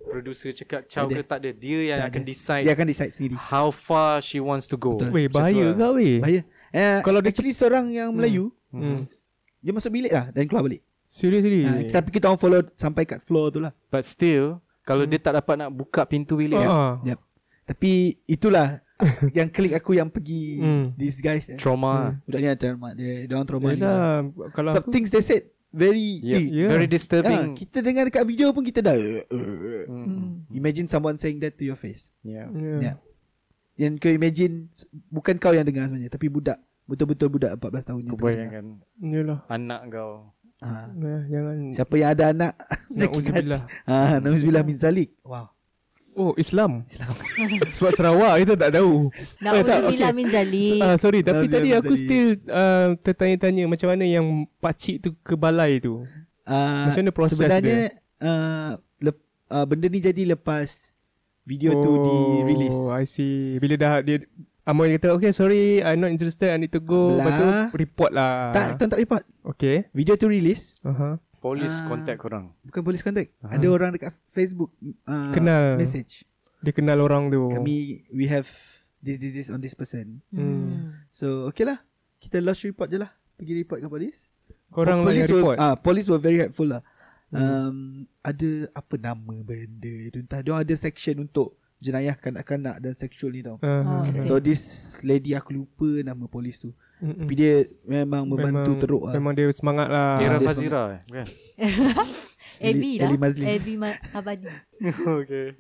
S5: producer cakap caw
S6: Tak ada.
S5: ke tak ada. Dia yang
S6: Tak
S5: akan
S6: ada.
S5: decide
S6: dia akan decide sendiri.
S5: how far she wants to go.
S4: Weh bahaya
S5: Macam tu lah.
S4: kau weh
S6: Bahaya. Uh,
S4: Kalau
S6: Kalau
S4: dia-
S6: actually seorang yang Melayu
S4: hmm.
S6: dia masuk bilik lah dan keluar balik.
S4: Serius ni
S6: Ah, tapi kita orang follow sampai kat floor tu lah.
S5: But still, kalau
S6: Hmm.
S5: dia tak dapat nak buka pintu bilik,
S4: Ah,
S5: uh,
S4: ah.
S6: Yep. Tapi itulah yang klik aku yang pergi
S4: Hmm.
S6: these guys. Eh.
S5: trauma.
S6: Budak ni ada trauma. Dia, dia orang trauma ni. lah.
S4: Yelah Kalau
S6: Some
S4: aku Ya,
S6: things they said very
S5: Yeah.
S6: eh,
S4: Yeah.
S5: Ya, Very
S6: Ah,
S5: disturbing.
S6: kita dengar dekat video pun kita dah
S4: Hmm.
S6: uh, uh, uh. imagine someone saying that to your face.
S5: Yeah.
S4: yeah.
S6: Yeah. Yang kau imagine s- bukan kau yang dengar sebenarnya tapi budak Betul-betul budak 14 tahun
S5: Kau
S6: yang terdengar.
S5: bayangkan
S4: Yelah
S5: anak kau.
S6: Ah,
S4: Eh, Jangan
S6: Siapa yang ada anak
S4: Na'udzubillah
S6: ha, Nauzubillah min zalik Wow
S4: Oh Islam Sebab Sarawak kita tak tahu
S6: Eh,
S7: Nak
S4: tak,
S7: bila min zali.
S4: Ah, Sorry tapi
S6: Nauzubillah
S4: tadi
S6: min
S4: aku
S6: zalik.
S4: still uh, Tertanya-tanya macam mana yang Pakcik tu ke balai tu
S6: uh,
S4: Macam mana proses
S6: Sebenarnya uh, lep, uh, Benda ni jadi lepas Video tu di release
S4: Oh, I see. Bila dah dia Amoy kata, okay, sorry, I'm not interested, I need to go. Lepas tu,
S6: Lah.
S4: report lah.
S6: Tak, tuan tak report
S4: Okay.
S6: Video tu release
S4: Uh-huh.
S5: Polis
S6: Ah.
S5: contact korang.
S6: Bukan polis contact Ada orang dekat Facebook uh,
S4: Kenal. Oh.
S6: Message
S4: Dia kenal orang tu.
S6: Kami We have This disease on this person
S4: Hmm.
S6: So okay lah Kita lodge report je lah Pergi report ke polis
S4: Korang lah yang
S6: were,
S4: report.
S6: Ah, Polis were very helpful lah hmm. um, Ada Apa nama benda tu Entah dia ada section untuk Jenayah kanak-kanak Dan seksual ni tau
S4: Uh,
S7: Oh,
S4: okay.
S7: okay.
S6: So this lady aku lupa Nama polis tu
S4: Mm-mm.
S6: Tapi dia Memang membantu
S4: Hmm. memang,
S6: teruk lah
S4: Memang ah. dia semangat lah.
S5: Ira
S6: dia
S5: Fazira. eh, Bukan?
S7: Abby lah.
S6: Ali Mazli.
S7: Abby Ma- Abadi.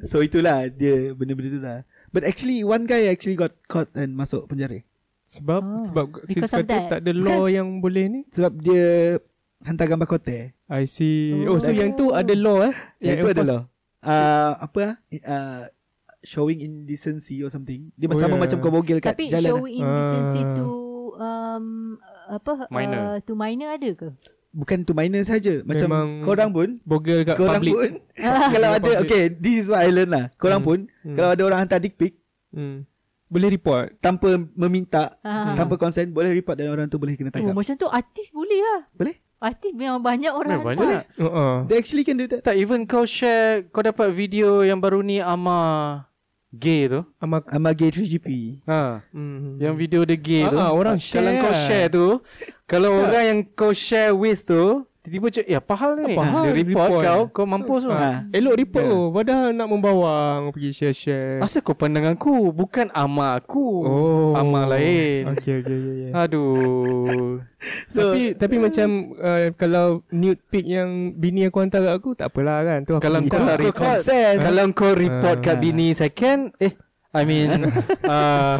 S6: So itulah Dia benda-benda tu lah But actually One guy actually got caught And masuk penjara
S4: Sebab,
S7: Ah.
S4: sebab since
S7: Because of
S4: kata
S7: that.
S4: tak ada law yang boleh ni.
S6: Sebab dia Hantar gambar kotel
S4: I see. Oh,
S7: Oh.
S4: so yang tu ada law eh?
S6: Yang itu
S4: enforce-
S6: adalah uh, Apa ah, uh, Showing indecency or something Dia
S4: Oh,
S6: oh, sama
S4: yeah.
S6: yeah. macam kau bogel kat
S7: Tapi
S6: jalan
S7: show
S6: lah.
S7: indecency
S4: Ah.
S7: to um, apa
S5: Minor.
S7: Uh, to minor ada ke?
S6: Bukan tu minor saja Macam
S4: Memang
S6: korang pun
S4: Bogel kat
S6: Korang
S4: public.
S6: pun Kalau ada
S4: Public.
S6: Okay This is what I learn lah Korang
S4: Hmm.
S6: pun
S4: Hmm.
S6: Kalau ada orang hantar dick pic
S4: Hmm. Boleh report.
S6: Tanpa meminta
S7: Ah.
S6: Tanpa consent Boleh report dan orang tu boleh kena
S7: Oh,
S6: tangkap
S7: macam tu artis boleh lah.
S6: Boleh
S7: Artis memang banyak orang.
S5: Memang
S7: hantar.
S5: banyak.
S4: Uh-uh.
S6: They actually can do that
S5: Tak even kau share kau dapat video yang baru ni ama gay tu.
S4: Amak.
S6: Amal gay 3GP
S5: Ha.
S4: Hmm.
S5: Yang video dia gay tu
S4: Ah, ah, orang
S5: Kalau
S4: share.
S5: kau share tu Kalau orang yang kau share with tu Tiba-tiba macam Ya pahal ni
S4: Apa hal?
S5: Dia report,
S4: Report.
S5: kau Kau mampus tu
S6: Ah.
S4: Elok report tu. Padahal nak membawang. Pergi share-share.
S5: Asal kau pandang aku Bukan ama aku
S4: Ah, Oh.
S5: Ama lain
S4: Okay, okay, yeah, yeah.
S5: Aduh
S4: So,
S6: So-
S4: tapi
S7: Hmm.
S4: tapi macam uh, kalau nude pic yang bini aku hantar kat aku tak apalah kan tu aku
S5: Kalau
S4: minta.
S5: kau tak
S6: Kau
S5: record
S6: consent
S5: Kalau kau report kat bini second Eh I mean uh,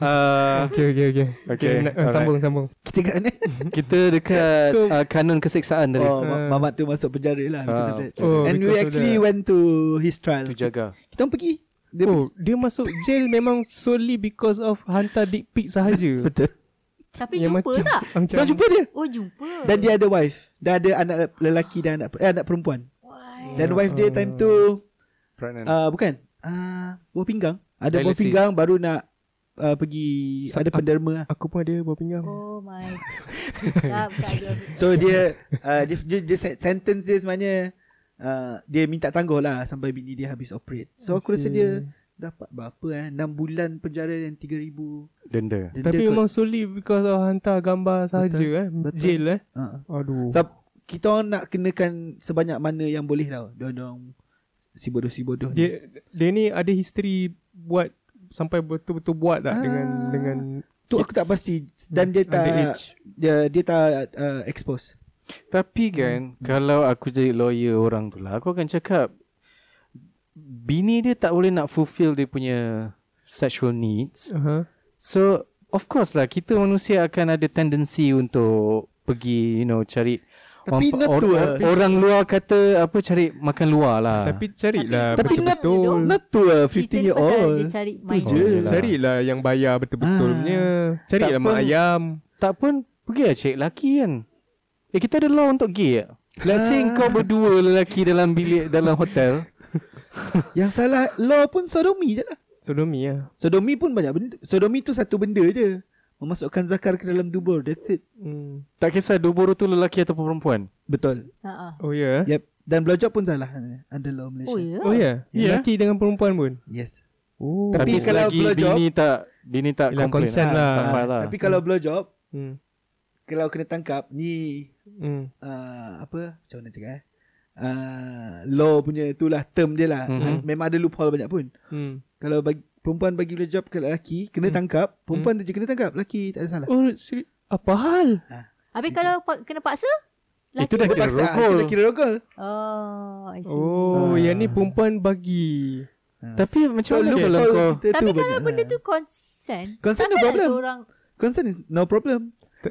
S5: uh,
S4: Okay, okay, okay.
S5: Okay,
S4: nak- uh,
S5: alright.
S4: sambung, sambung.
S6: Kita kat mana
S5: Kita dekat
S4: So-
S5: uh, Kanun keseksaan tadi
S6: Oh
S5: oh,
S6: Ma- Mamat tu masuk penjara lah because
S5: Ah,
S6: of that.
S4: Ah. oh,
S6: And we
S4: because of
S6: actually
S4: that.
S6: went to his trial
S5: Tu jaga
S6: Kita orang pergi
S4: Dia, oh, dia masuk jail memang solely because of hantar dick pic sahaja.
S6: Betul
S7: Tapi
S6: Ya,
S7: jumpa tak?
S4: macam
S6: Kita jumpa dia
S7: Oh jumpa.
S6: Hmm. Dan dia ada wife Dah ada anak lelaki dan anak, eh, anak perempuan Dan wife dia time tu
S5: Pregnant
S6: uh, Bukan uh, Buah pinggang Ada buah
S5: Dialysis.
S6: pinggang baru nak uh, Pergi
S4: Sa-
S6: Ada penderma lah.
S4: Aku pun ada buah pinggang.
S7: Oh my. tak, tak ada.
S6: So dia, uh, dia, dia, dia sen- Sentence dia sebenarnya uh, Dia minta tangguh lah Sampai bini dia habis operate So
S4: I see.
S6: aku rasa dia Dapat berapa eh 6 bulan penjara dan 3,000
S5: Denda
S6: denda
S4: Tapi
S6: kot.
S4: memang solely because of hantar gambar sahaja eh.
S6: betul.
S4: Jail eh.
S6: uh,
S4: Aduh.
S6: So kita orang nak kenakan Sebanyak mana yang boleh tau Diorang Si bodoh-si bodoh ni.
S4: Dia dia ni ada history buat sampai betul-betul buat tak dengan dengan
S6: Tu aku
S4: kids
S6: tak pasti dan dia tak
S4: underage?
S6: dia dia tak uh, expose.
S5: Tapi kan hmm. Kalau aku jadi lawyer orang tu lah Aku akan cakap Bini dia tak boleh nak fulfill dia punya Sexual needs
S4: Uh-huh.
S5: So Of course lah Kita manusia akan ada tendency untuk Pergi you know cari
S6: Tapi
S5: orang,
S6: not
S5: or,
S6: to
S5: or,
S6: a-
S5: orang luar kata Apa cari makan luar lah
S4: Tapi
S7: Tapi-
S4: carilah
S7: tapi
S4: betul-betul.
S7: nak-
S6: Not to a
S7: Cerita
S6: 15 lah, year
S7: pasal Dia
S6: old
S7: cari main
S5: je.
S4: Oh, Carilah yang bayar betul-betulnya. Carilah
S5: Tak
S4: mak
S5: pun-
S4: ayam.
S5: Tak pun Pergi lah cari lelaki kan Eh kita ada law untuk gay tak? Let's say kau berdua lelaki dalam bilik Dalam hotel
S6: Yang salah law pun sodomi je lah
S4: Sodomi lah.
S6: Sodomi pun banyak benda Sodomi tu satu benda je Memasukkan zakar ke dalam dubur That's it
S4: Hmm.
S5: Tak kisah dubur tu lelaki ataupun perempuan
S6: Betul
S7: Ha-ha.
S4: Oh ya. Yeah.
S6: Yep Dan blowjob pun salah Under law Malaysia
S7: ha. Oh ya
S4: Oh ya. Yeah.
S5: Ya.
S4: Lelaki dengan perempuan pun.
S6: Yes
S4: Oh.
S5: Tapi, Tapi
S6: Tapi kalau
S5: kalau lagi
S6: blowjob-
S5: bini ah. tak Bini tak
S4: Hilang
S5: komplain
S4: consent
S5: lah.
S4: lah.
S5: Tak file lah
S6: Tapi kalau blowjob
S4: Hmm.
S6: Kalau kena tangkap Ni
S4: Hmm.
S6: uh, Apa Macam mana cakap eh uh, Law punya itulah Term dia lah
S5: Mhm.
S6: mm-hmm. Memang ada loophole banyak pun
S4: Hmm.
S6: Kalau bagi, perempan bagi blowjob ke lelaki Kena tangkap Perempuan
S4: Hmm.
S6: tu je kena tangkap Lelaki tak ada salah
S4: Oh, seri- apa hal?
S7: Habis kalau pa- kena paksa
S5: Itu dah kira
S6: Paksa, Itu dah
S5: rokok
S6: kira rogol
S7: Oh I see
S4: Oh,
S6: Ah.
S4: yang ni perempuan bagi.
S5: Tapi macam
S6: So
S5: mana kalau
S6: loophole
S5: kau
S6: kita tu
S7: Tapi
S6: banyak
S7: kalau
S6: lah.
S7: benda tu consent
S6: Consent no
S7: takkanlah
S6: problem.
S7: seorang
S6: Concern is no problem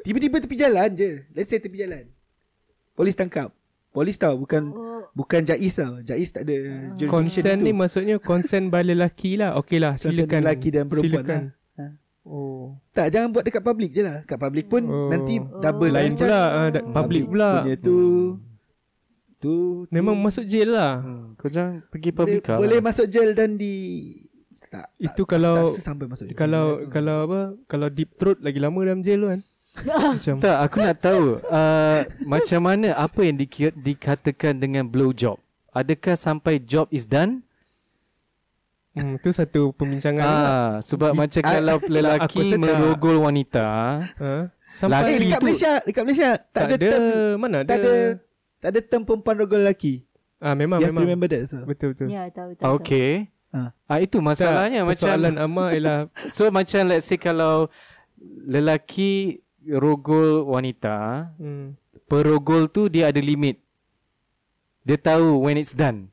S6: Tiba-tiba tepi jalan je Let's say tepi jalan Polis tangkap Polis tau Bukan
S7: Oh. Ah.
S6: Bukan Jais tau Jais tak ada jurisdiction
S4: Consent ni
S6: itu.
S4: maksudnya consent by lelaki lah. Okey lah,
S6: Consent
S4: silakan.
S6: lelaki dan perempuan
S4: Silakan.
S6: lah. Ha.
S4: Oh.
S6: Tak jangan buat dekat public je lah Kat public pun
S4: Oh.
S6: Nanti double
S4: Lain
S6: lah.
S4: pula, ah, da- public pula. Hmm.
S6: Punya tu Tu
S4: Memang masuk jail lah.
S5: Hmm, Kau jangan pergi
S6: boleh,
S5: public lah. car
S6: boleh masuk jail dan di tak,
S4: Itu
S6: tak,
S4: kalau-
S6: tak, tak sampai masuk jail. eh? Hmm.
S4: Kalau kalau apa? Kalau deep throat lagi lama dalam jail tu kan. Macam
S5: Tak, aku nak tahu uh, Macam mana Apa yang dikira, dikatakan dengan blow job Adakah sampai job is done?
S4: hmm, tu satu perbincangan lah.
S5: Ah, sebab macam kalau
S4: aku
S5: lelaki
S4: sedar.
S5: merogol wanita ah,
S4: Ha?
S6: eh,
S4: Sampai
S5: Lelaki
S6: dekat
S5: tu-
S6: Malaysia, dekat Malaysia tak,
S4: tak,
S6: ada,
S4: ada,
S6: term,
S4: mana ada.
S6: tak ada tak ada term perempuan rogol lelaki.
S4: Ah memang
S6: you have to
S4: memang.
S6: remember that so.
S4: Betul betul.
S7: Ya tahu tahu
S5: Ah,
S7: tahu.
S5: Okay
S6: Ah.
S5: ah, Itu masalahnya
S4: tak,
S5: macam
S4: Soalan ama ialah
S5: So macam let's say kalau Lelaki Rogol wanita
S4: hmm,
S5: Perogol tu dia ada limit Dia tahu when it's done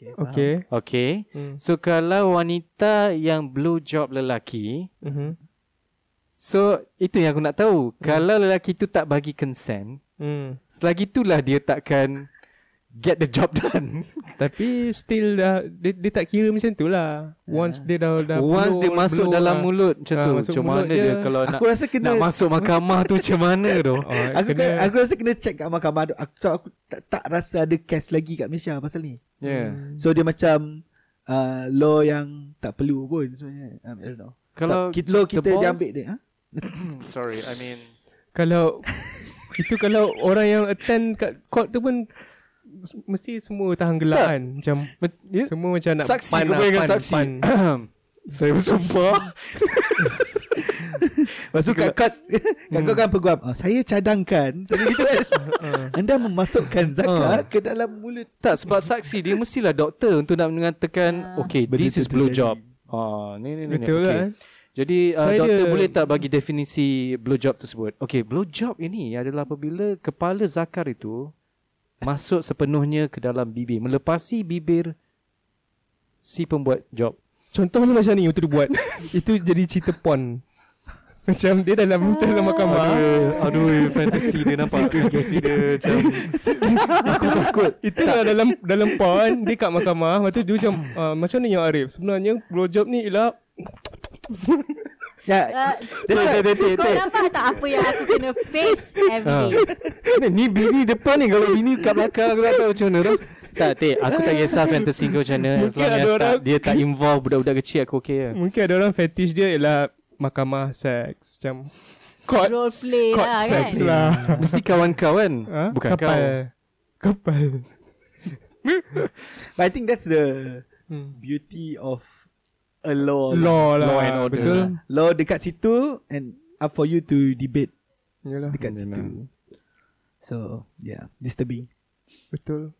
S4: Okay
S5: Okay
S4: Hmm.
S5: So kalau wanita yang blow job lelaki
S4: Mhm.
S5: So itu yang aku nak tahu hmm. Kalau lelaki tu tak bagi consent
S4: hmm.
S5: Selagi itulah dia takkan Get the job done
S4: Tapi still dah dia, dia tak kira macam tu lah Once dia dah, dah blow,
S5: Once dia masuk
S4: blow
S5: dalam
S4: lah.
S5: mulut Macam
S4: Ah,
S5: tu
S4: masuk
S5: Macam
S4: mulut
S5: mana dia,
S4: dia.
S5: Kalau nak,
S6: Aku rasa kena
S5: nak masuk mahkamah tu Macam mana tu
S4: Ah,
S6: aku,
S4: kena,
S6: kena, aku rasa kena check kat mahkamah tu. aku, so aku tak, tak rasa ada case lagi kat Malaysia pasal ni
S5: yeah.
S6: so dia macam uh, law yang tak perlu pun sebenarnya um, I don't know
S5: Kalau
S6: so, kita, law
S5: just the
S6: kita dia
S5: balls-
S6: ambil dia ha?
S5: Sorry I mean
S4: Kalau Itu kalau orang yang attend kat court tu pun s- Mesti semua tahan gelak kan Macam Semua macam nak
S5: Saksi
S4: pan
S5: kau
S4: lah,
S5: bayangkan
S4: pan,
S5: saksi
S4: pan.
S5: Saya bersumpah
S6: lepas tu kat kat kat
S5: Hmm.
S6: kau kan peguam oh, saya cadangkan Jadi gitu kan anda memasukkan
S5: Hmm.
S6: zakat ke dalam mulut
S5: Tak sebab saksi Dia mestilah doktor Untuk nak mengatakan Okay
S6: Benda
S5: this
S6: tu
S5: is blow
S6: terjadi.
S5: job Ah, ni ni ni. ni.
S4: Betul
S5: okay.
S4: kan?
S5: Jadi uh,
S4: Saya-
S5: doktor boleh tak bagi definisi blowjob tersebut? Okey, blowjob ini adalah apabila kepala zakar itu masuk sepenuhnya ke dalam bibir, melepasi bibir si pembuat job.
S4: Contohnya macam ni Untuk dia buat Itu jadi cerita porn Macam dia dalam Dalam mahkamah
S5: aduh fantasy dia nampak fantasy dia macam
S4: Aku takut Itu dah dalam Dalam pon Dia kat mahkamah Lepas tu dia macam ah, Macam ni yang Arif Sebenarnya Blowjob ni ialah
S6: ya
S7: Uh,
S6: that's why
S7: kau nampak tak apa yang aku kena face every
S5: Ah.
S7: day?
S5: Ni bini depan ni Kalau bini kat belakang Aku tak tahu macam mana tau. Tak tak Aku tak kisah fantasy kau macam mana
S4: Mungkin
S5: As long
S4: ada
S5: as tak,
S4: orang-
S5: dia tak involve Budak-budak kecil aku okay lah
S4: Mungkin ada orang fetish dia ialah Mahkamah seks Macam Court
S7: Role play
S4: Court
S7: lah,
S4: sex
S7: kan?
S4: lah
S5: Mesti kawan kau kan
S4: ha?
S5: Bukan
S4: Kapal
S5: kau
S4: Kapal
S6: but I think that's the beauty of a law lah.
S4: Law lah
S5: Hmm. Law and order
S4: Betul
S5: lah.
S6: law dekat situ and up for you to debate
S4: Yalah.
S6: dekat
S5: Hmm,
S6: situ. So, yeah, disturbing.
S4: Betul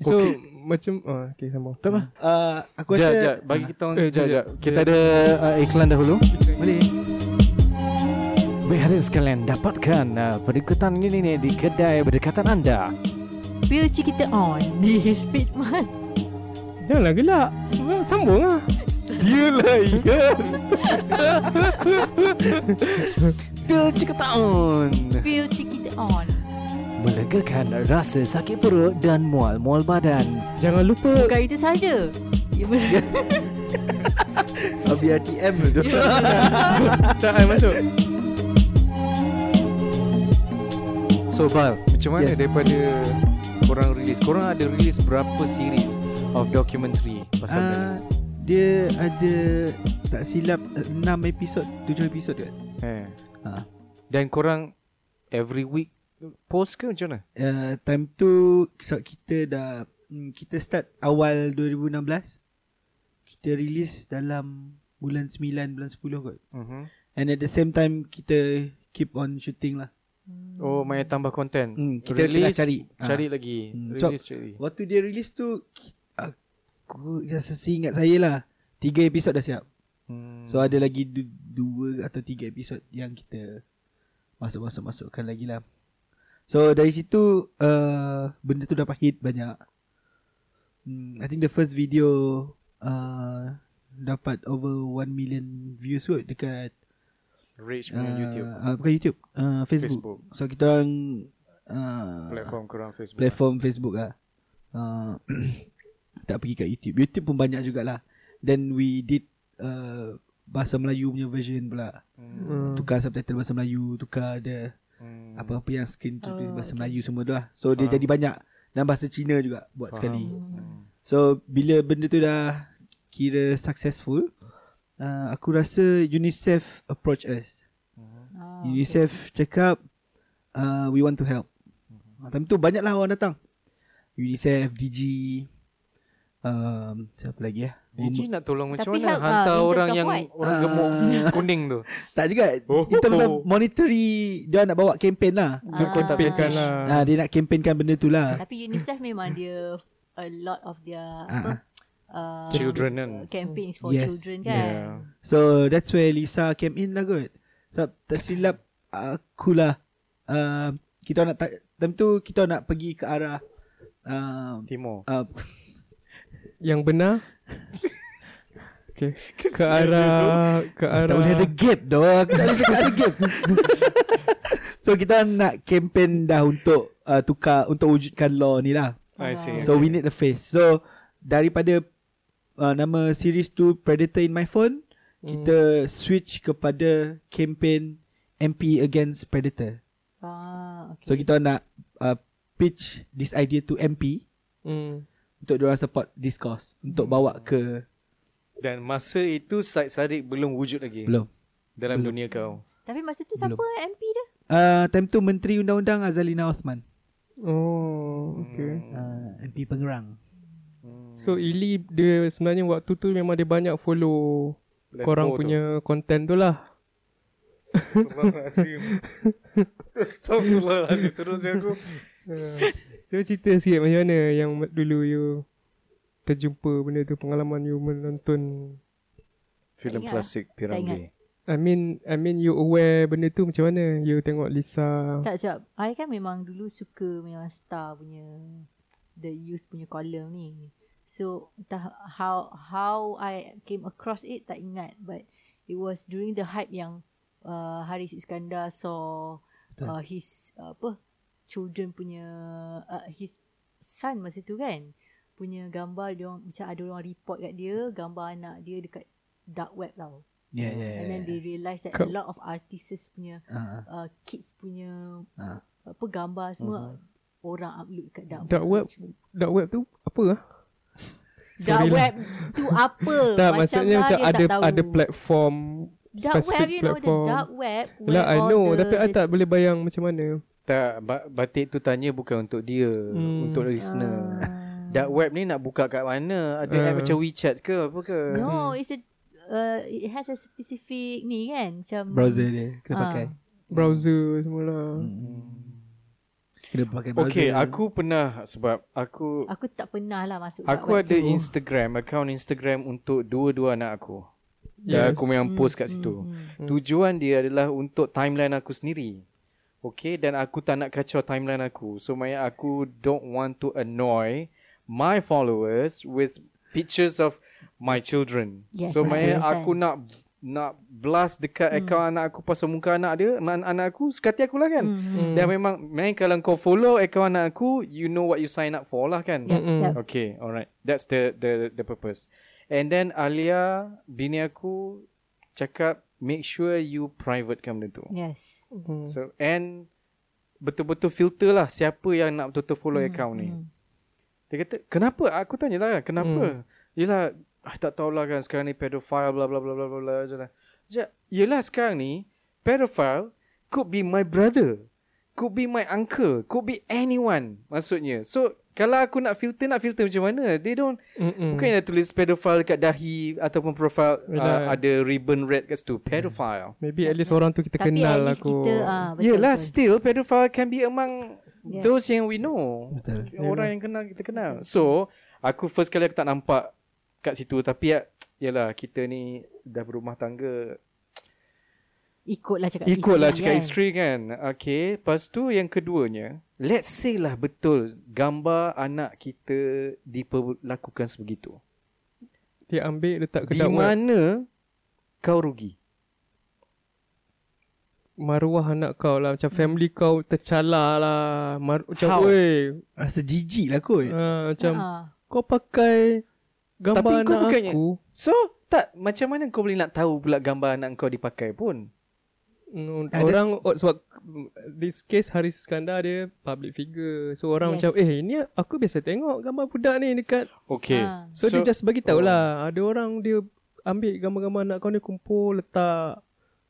S4: So Macam oh, Okay sambung Tak apa
S6: Uh, aku
S5: Jap,
S6: rasa
S5: jap. Bagi kita orang...
S4: Eh,
S5: Eh, jap,
S4: jap,
S5: jap.
S4: jap.
S5: Kita ada uh, iklan dahulu. Boleh. Baik hari sekalian, dapatkan uh, perikutan ini ni di kedai berdekatan anda.
S7: Wheelchair kita on Di Speedman
S4: Janganlah gelak Sambung lah Dia lah ya.
S5: Bil Cikataon
S7: Feel cheeky on.
S5: Melegakan rasa sakit perut dan mual-mual badan
S4: Jangan lupa
S7: Bukan itu saja. Ya, betul.
S6: Ah, BRTM tu.
S4: Tak I masuk
S5: So Bal Macam mana yes.
S6: Yes.
S5: daripada Korang release Korang ada release berapa series Of documentary Pasal uh,
S6: Ah, dia ada tak silap 6 episod, 7 episod kan.
S5: Eh.
S6: Ah.
S5: Dan korang every week post ke macam mana?
S6: Uh, time tu so kita dah hmm, kita start awal 2016. Kita release dalam bulan 9 bulan 10 kot.
S5: Mm-hmm.
S6: And at the same time kita keep on shooting lah.
S5: Oh, main tambah content.
S6: Hmm, kita tengah cari.
S5: Cari lagi.
S6: Hmm,
S5: Release
S6: so-
S5: cari.
S6: Waktu dia release tu ki- aku rasa seingat saya lah tiga episod dah siap.
S5: Hmm.
S6: So ada lagi du- dua atau tiga episod yang kita masuk-masuk masukkan lagi lah. So dari situ uh, benda tu dapat hit banyak. Hmm, I think the first video uh, dapat over 1 million views kot dekat
S5: Reach punya
S6: uh,
S5: YouTube.
S6: Uh, bukan YouTube, uh, Facebook. Facebook.
S5: Facebook.
S6: So kita orang uh,
S5: Platform korang Facebook.
S6: platform Facebook lah. Uh, tak pergi kat YouTube. YouTube pun banyak jugalah. Then we did uh, bahasa Melayu punya version pula. Hmm. Tukar subtitle bahasa Melayu, tukar ada
S5: Hmm.
S6: apa-apa yang screen tu oh, bahasa Melayu semua tu lah. So dia jadi banyak dan bahasa Cina juga buat Faham. sekali. So bila benda tu dah kira successful, uh, aku rasa UNICEF approach us.
S7: Ah,
S6: UNICEF cakap uh, we want to help. Ah, Time tu banyaklah orang datang. UNICEF, DG, um, siapa lagi ya?
S5: Gigi nak tolong macam
S7: Tapi
S5: mana
S7: help, ah,
S5: hantar
S7: in
S5: orang
S7: terms of
S5: yang
S7: what?
S5: orang gemuk kuning tu.
S6: Tak juga.
S5: Oh.
S6: Oh. In terms of monetary, dia nak bawa kempen lah.
S4: Dia kontepkan lah
S6: Ah, dia nak kempenkan benda tu lah.
S7: Tapi UNICEF memang dia a lot of their apa uh,
S5: Children kan.
S7: campaigns for
S6: Uh-huh. Yes.
S7: children kan. Yeah.
S6: So that's where Lisa came in lah kot. So tak silap akulah. Uh, kita nak ta- time tu kita nak pergi ke arah uh,
S5: Timur.
S6: uh,
S4: Yang benar Okay Ke arah Ke
S6: Tak boleh ada
S4: arah
S6: gap doh. Aku tak boleh cakap ada gap. so kita nak campaign dah untuk uh, tukar untuk wujudkan law ni lah.
S5: I see.
S6: So we need a face. So daripada uh, nama series tu Predator in my phone,
S5: Hmm.
S6: kita switch kepada campaign MP against Predator.
S7: Ah, okay.
S6: So kita nak uh, pitch this idea to MP
S4: Hmm.
S6: untuk diorang support this cause untuk
S7: Hmm.
S6: bawa ke
S5: Dan masa itu Syed Saddiq belum wujud lagi.
S6: belum.
S5: Dalam dunia kau.
S7: Tapi masa tu siapa MP dia?
S6: Uh, time tu Menteri Undang-Undang Azalina Othman.
S4: Oh Okay
S7: Hmm.
S6: Uh, MP Pengerang.
S4: So Ili dia sebenarnya waktu tu memang dia banyak follow
S5: Let's
S4: korang
S5: go tu.
S4: punya content tu lah.
S5: Astagfirullahalazim. Astagfirullahalazim. Terus aku.
S4: Ya. Cuba cerita sikit macam mana yang dulu you terjumpa benda tu pengalaman you menonton
S5: Filem
S7: ingat lah.
S5: klasik Piramli.
S7: ingat.
S4: I mean I mean you aware benda tu macam mana you tengok Lisa
S7: Tak sebab I kan memang dulu suka memang star punya the youth punya column ni. So entah how how I came across it tak ingat but it was during the hype yang uh, Haris Iskandar saw uh, his uh, apa children punya uh, his son masa tu kan punya gambar dia orang macam ada orang report kat dia gambar anak dia dekat dark web tau.
S6: Yeah, yeah,
S7: And then they realise that a
S4: Kau-
S7: lot of artists punya
S6: Ah.
S7: uh, kids punya
S6: Ah.
S7: apa gambar semua orang upload kat dark,
S4: Mhm. dark web dark web tu apa ah?
S7: Dark
S4: Sorry lah.
S7: web tu apa?
S4: Tak maksudnya
S7: lah
S4: macam
S7: dia tak
S4: ada
S7: tahu.
S4: ada platform
S7: Dark web,
S4: specific
S7: you know the
S4: platform.
S7: dark web. where
S4: Lah I
S7: all
S4: know
S7: the,
S4: tapi I
S7: the-
S4: tak boleh bayang macam mana.
S5: Tak, ba- batik tu tanya bukan untuk dia, hmm. untuk listener. Dark web ni nak buka kat mana? Ada uh. app macam WeChat ke apa ke?
S7: No, it's a uh, it has a specific ni kan macam
S6: Browser dia kena
S7: Ah.
S6: pakai.
S4: Browser lah. semualah.
S6: Kena pakai browser.
S5: Okay, aku pernah sebab aku
S7: Aku tak pernah lah masuk dark
S5: aku
S7: web
S5: ada
S7: tu.
S5: Instagram, account Instagram untuk dua-dua anak aku.
S4: Yes.
S5: Dan aku memang post
S7: Hmm,
S5: kat situ. Tujuan dia adalah untuk timeline aku sendiri. Okay, dan aku tak nak kacau timeline aku. So, maknanya aku don't want to annoy my followers with pictures of my children.
S7: Yes, I
S5: so maknanya
S7: understand.
S5: aku nak nak blast dekat hmm. akaun anak aku pasal muka anak dia, anak, anak aku sekati aku lah kan. Hmm. Dan memang main kalau kau follow akaun anak aku, you know what you sign up for lah kan.
S7: Yep, yep.
S5: Okay, alright. That's the the the purpose. And then Alia bini aku cakap make sure you private kan benda tu.
S7: Yes.
S5: So and betul-betul filter lah siapa yang nak betul-betul follow hmm, account ni. Dia kata, "Kenapa?" Aku tanyalah, kan, "Kenapa?" Yelah, ah, tak tahulah kan sekarang ni pedophile bla bla bla bla bla bla je lah. Sekejap, Yelah sekarang ni pedophile could be my brother, could be my uncle, could be anyone maksudnya. So kalau aku nak filter nak filter macam mana? They don't
S4: Mm-mm.
S5: bukan yang tulis pedophile dekat dahi ataupun profile uh,
S4: Yelah.
S5: ada ribbon red kat situ pedophile.
S4: Maybe at least orang tu kita
S7: Tapi
S4: kenal
S7: at least
S4: aku.
S7: kita ah, betul,
S5: Yelah
S7: betul.
S5: still pedophile can be among
S7: Yes.
S5: yes. those yang we know. Betul. Orang yang kenal kita kenal. So, aku first kali aku tak nampak kat situ tapi ya, yalah kita ni dah berumah tangga.
S7: Ikutlah cakap
S5: Ikutlah cakap isteri kan. Okay, lepas tu yang keduanya, let's say lah betul gambar anak kita diperlakukan sebegitu.
S4: Dia ambil letak ke
S5: Di
S4: dakwah
S5: mana kau rugi?
S4: maruah anak kau lah. Macam family kau tercala lah. Mar- macam,
S5: How?
S4: weh.
S6: Rasa jijik lah kot.
S4: ah, macam,
S7: Ah.
S4: kau pakai
S5: Tapi
S4: gambar
S5: kau
S4: anak
S5: bukannya-
S4: aku.
S5: So, tak macam mana kau boleh nak tahu pula gambar anak kau dipakai pun?
S4: No,
S6: Ah,
S4: orang oh, sebab this case Haris Iskandar dia public figure. So orang
S7: Yes.
S4: yes. macam eh ni aku biasa tengok gambar budak ni dekat.
S5: Okay.
S7: Ah.
S4: So, so dia just bagi tahu lah. Ada orang dia ambil gambar-gambar anak kau ni kumpul letak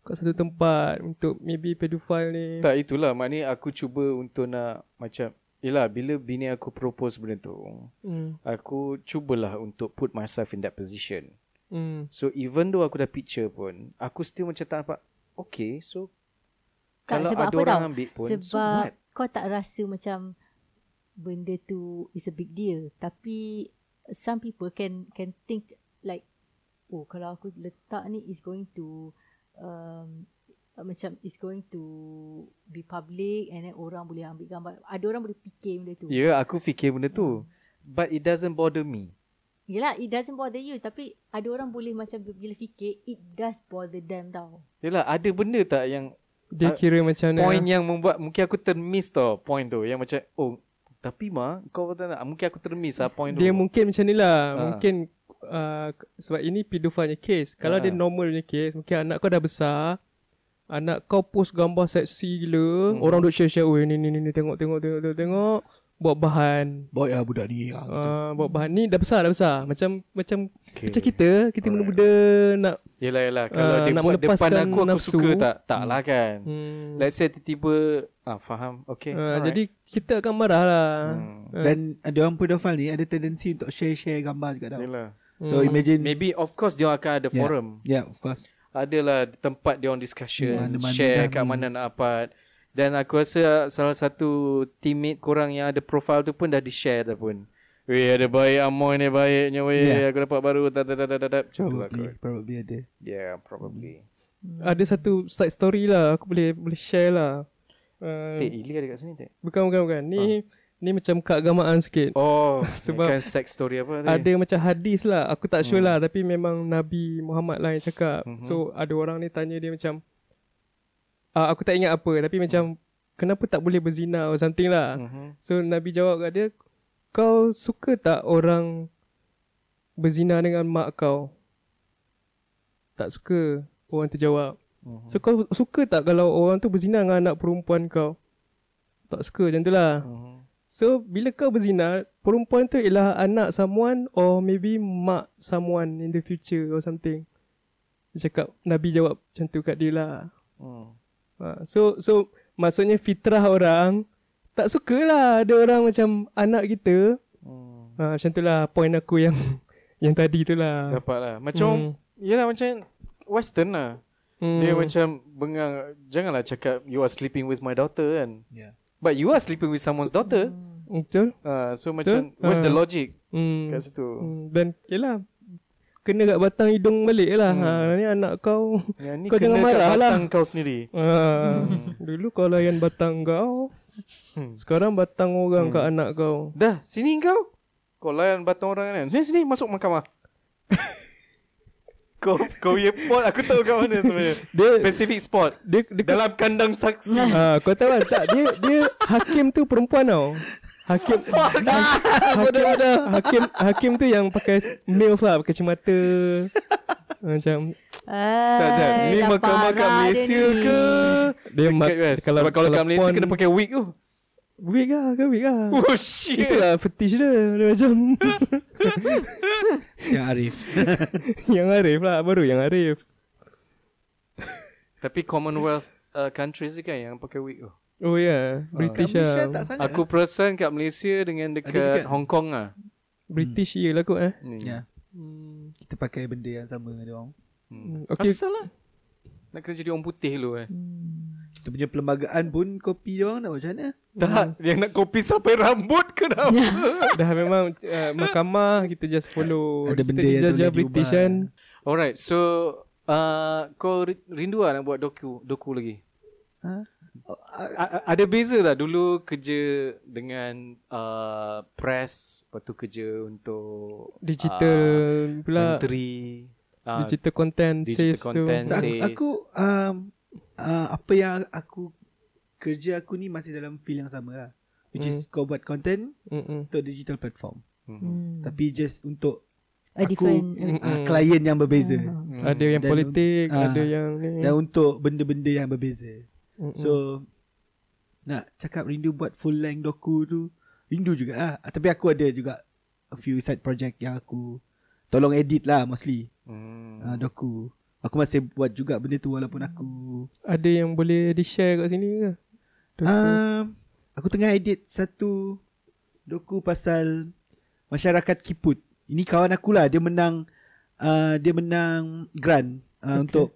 S4: kat satu tempat untuk maybe pedophile ni.
S5: Tak itulah Maknanya aku cuba untuk nak Macam Yelah bila bini aku propose benda tu
S4: Hmm.
S5: Aku cubalah untuk put myself in that position
S4: Hmm.
S5: So even though aku dah picture pun Aku still macam tak nampak Okay so
S7: Tak,
S5: Kalau
S7: sebab
S5: ada
S7: apa
S5: orang
S7: tau?
S5: ambil pun, so
S7: Sebab
S5: what?
S7: kau tak rasa macam benda tu is a big deal. Tapi some people can can think like, oh kalau aku letak ni is going to um, uh, macam is going to be public and then orang boleh ambil gambar. Ada orang boleh fikir benda tu.
S5: Ya yeah, aku fikir benda tu But it doesn't bother me
S7: Yelah, it doesn't bother you. Tapi ada orang boleh macam bila fikir, it does bother them tau.
S5: Yelah ada benda tak yang
S4: Dia
S5: Ah,
S4: kira macam mana?
S5: Point yang membuat Mungkin aku termiss tau Point tu Yang macam Oh tapi ma Kau tak nak Mungkin aku termiss lah point
S4: Dia
S5: tu
S4: mungkin macam ni lah.
S5: Ah.
S4: Mungkin uh, sebab ini pedophile punya case. Kalau
S5: Ah.
S4: dia normal punya case, mungkin anak kau dah besar. Anak kau post gambar seksi gila. Hmm. Orang duk share-share. Oh ni ni ni ni, tengok tengok tengok tengok tengok. Buat bahan.
S6: Boy lah budak ni. ah.
S4: Uh, buat bahan ni dah besar dah besar. Macam macam
S5: Okay.
S4: okay. macam kita, kita muda-muda nak
S5: Yelah yelah Kalau
S4: Ah,
S5: dia
S4: nak
S5: buat depan
S4: melepaskan
S5: aku Aku
S4: nafsu.
S5: suka tak Tak lah kan
S4: hmm,
S5: Let's say tiba-tiba ah faham. Okay.
S4: uh,
S5: alright.
S4: jadi kita akan marah lah.
S5: Hmm.
S4: Ah.
S6: Dan ada orang pedofil ni ada tendensi untuk share-share gambar juga tau.
S5: Yelah. Hmm.
S6: So imagine
S5: Maybe of course dia akan
S4: Ya.
S5: ada
S6: yeah.
S5: forum.
S6: Yeah, of course.
S5: Adalah tempat dia orang discussion,
S6: Mana-mana
S5: share
S6: dah
S5: kat
S6: ni.
S5: mana nak dapat. Dan aku rasa salah satu teammate korang yang ada profile tu pun dah di-share dah pun. Weh ada baik Amoy ni baiknya weh yeah.
S4: Ya.
S6: Yeah.
S5: aku dapat baru tak tak tak tak, tak tak. Macam tu lah
S6: Probably,
S5: kot.
S6: probably ada.
S5: Yeah, probably.
S4: Ah, Ada satu side story lah. Aku boleh boleh share lah. Uh,
S5: Tek Ili ada kat sini tak?
S4: bukan bukan bukan. Ni ni macam keagamaan sikit.
S5: Oh,
S4: Sebab
S5: sebab kan sex story apa tadi?
S4: Ada macam hadis lah Aku tak sure lah Tapi memang Nabi Muhammad lah yang cakap So ada orang ni tanya dia macam uh, Aku tak ingat apa Tapi macam Kenapa tak boleh berzina Or something lah So Nabi jawab kat dia Kau suka tak orang Berzina dengan mak kau Tak suka Orang tu jawab So kau suka tak Kalau orang tu berzina Dengan anak perempuan kau Tak suka macam tu lah
S5: Uh-huh.
S4: So bila kau berzina Perempuan tu ialah anak someone Or maybe mak someone in the future Or something Dia cakap Nabi jawab macam tu kat dia lah
S5: Hmm.
S4: ha, So so maksudnya fitrah orang Tak suka lah ada orang macam anak kita
S5: Hmm.
S4: ha, Macam tu lah point aku yang Yang tadi tu lah
S5: Dapat lah. Macam yelah macam western lah.
S4: hmm.
S5: Dia macam bengang Janganlah cakap You are sleeping with my daughter kan
S6: Yeah.
S5: But you are sleeping with someone's daughter
S4: Betul
S5: uh, So macam
S4: Betul.
S5: What's the
S4: Ah.
S5: logic
S4: hmm.
S5: Kat situ
S4: Hmm, Dan yelah Kena kat batang hidung balik lah hmm. ha, Ni anak kau
S5: Yang ni
S4: Kau
S5: kena
S4: jangan marah
S5: kat
S4: lah.
S5: batang Hmm. kau sendiri
S4: Ah, dulu kau layan
S5: Hmm.
S4: batang kau. Sekarang batang orang kat anak kau.
S5: Dah sini kau Kau layan batang orang kan Sini sini masuk mahkamah Kau kau punya pot Aku tahu kat mana sebenarnya
S4: Dia-
S5: Specific spot
S4: Dia, dia
S5: Dalam kandang saksi
S4: Ah, kau tahu kan tak dia dia hakim tu perempuan tau. Hakim ha, hakim, hakim hakim tu yang pakai MILF lah pakai cermata. Macam
S5: Tak jap Ni
S7: dah
S5: mahkamah
S7: parah
S5: kat
S7: dia
S5: Malaysia
S7: ni.
S5: ke
S4: Dia
S5: Dekat
S4: mak-
S5: US
S4: kalau-
S5: Sebab kalau kat
S4: kalau
S5: Malaysia
S4: porn-
S5: Kena pakai wig tu
S4: wig lah ke wig lah.
S5: Oh shit
S4: Itulah fetish dia Dia macam
S6: Yang Ya, Arif
S4: Yang arif lah Baru yang arif
S5: Tapi Commonwealth uh, countries je kan Yang pakai wig tu
S4: Oh ya yeah. British
S6: Kat Malaysia
S4: lah
S6: tak sangat
S5: Aku perasan kat Malaysia Dengan
S6: Ada
S5: dekat
S6: juga.
S5: Hong Kong lah
S4: British je lah kot eh
S5: Ni.
S6: Ya. Kita pakai benda yang sama dengan dia orang.
S4: Okay
S5: Asal lah Nak kena jadi orang putih lu eh
S6: Kita punya perlembagaan pun kopi dia orang nak macam mana?
S5: Tak Yang nak kopi sampai rambut ke dah
S4: Dah memang uh, Mahkamah Kita just follow
S6: Ada benda
S4: Kita
S6: yang
S4: dijajah
S6: boleh
S4: British
S6: diubah.
S4: kan
S5: Alright so uh, Kau ri- rindu lah nak buat doku Doku lagi
S6: Ha?
S5: A- a- ada beza tak dulu kerja dengan uh, press lepas tu kerja untuk
S4: Digital
S5: uh,
S6: Ah.
S4: pula Ah.
S5: menteri uh,
S4: Digital content
S5: digital
S4: sales tu
S5: content.
S6: Tak,
S5: Sis.
S6: aku, aku um, uh, apa yang aku kerja aku ni masih dalam field yang sama lah. Which is
S4: Hmm.
S6: kau buat content
S4: Mm-mm.
S6: untuk digital platform.
S7: Hmm.
S6: Tapi just untuk
S7: A different Hmm.
S6: aku uh, klien yang berbeza.
S4: Hmm. Ada yang
S6: Dan-
S4: politik
S6: ah.
S4: Ada yang ni
S6: Dan untuk benda-benda yang berbeza. So nak cakap rindu buat full length doku tu rindu juga lah. Ah, Tapi aku ada juga a few side project yang aku tolong edit lah mostly.
S5: Hmm.
S6: Ah, doku. Aku masih buat juga benda tu walaupun aku
S4: Ada yang boleh di-share kat sini ke
S6: um, aku tengah edit satu doku pasal masyarakat Kiput. Ini kawan aku lah dia menang uh, dia menang grant uh, okay. untuk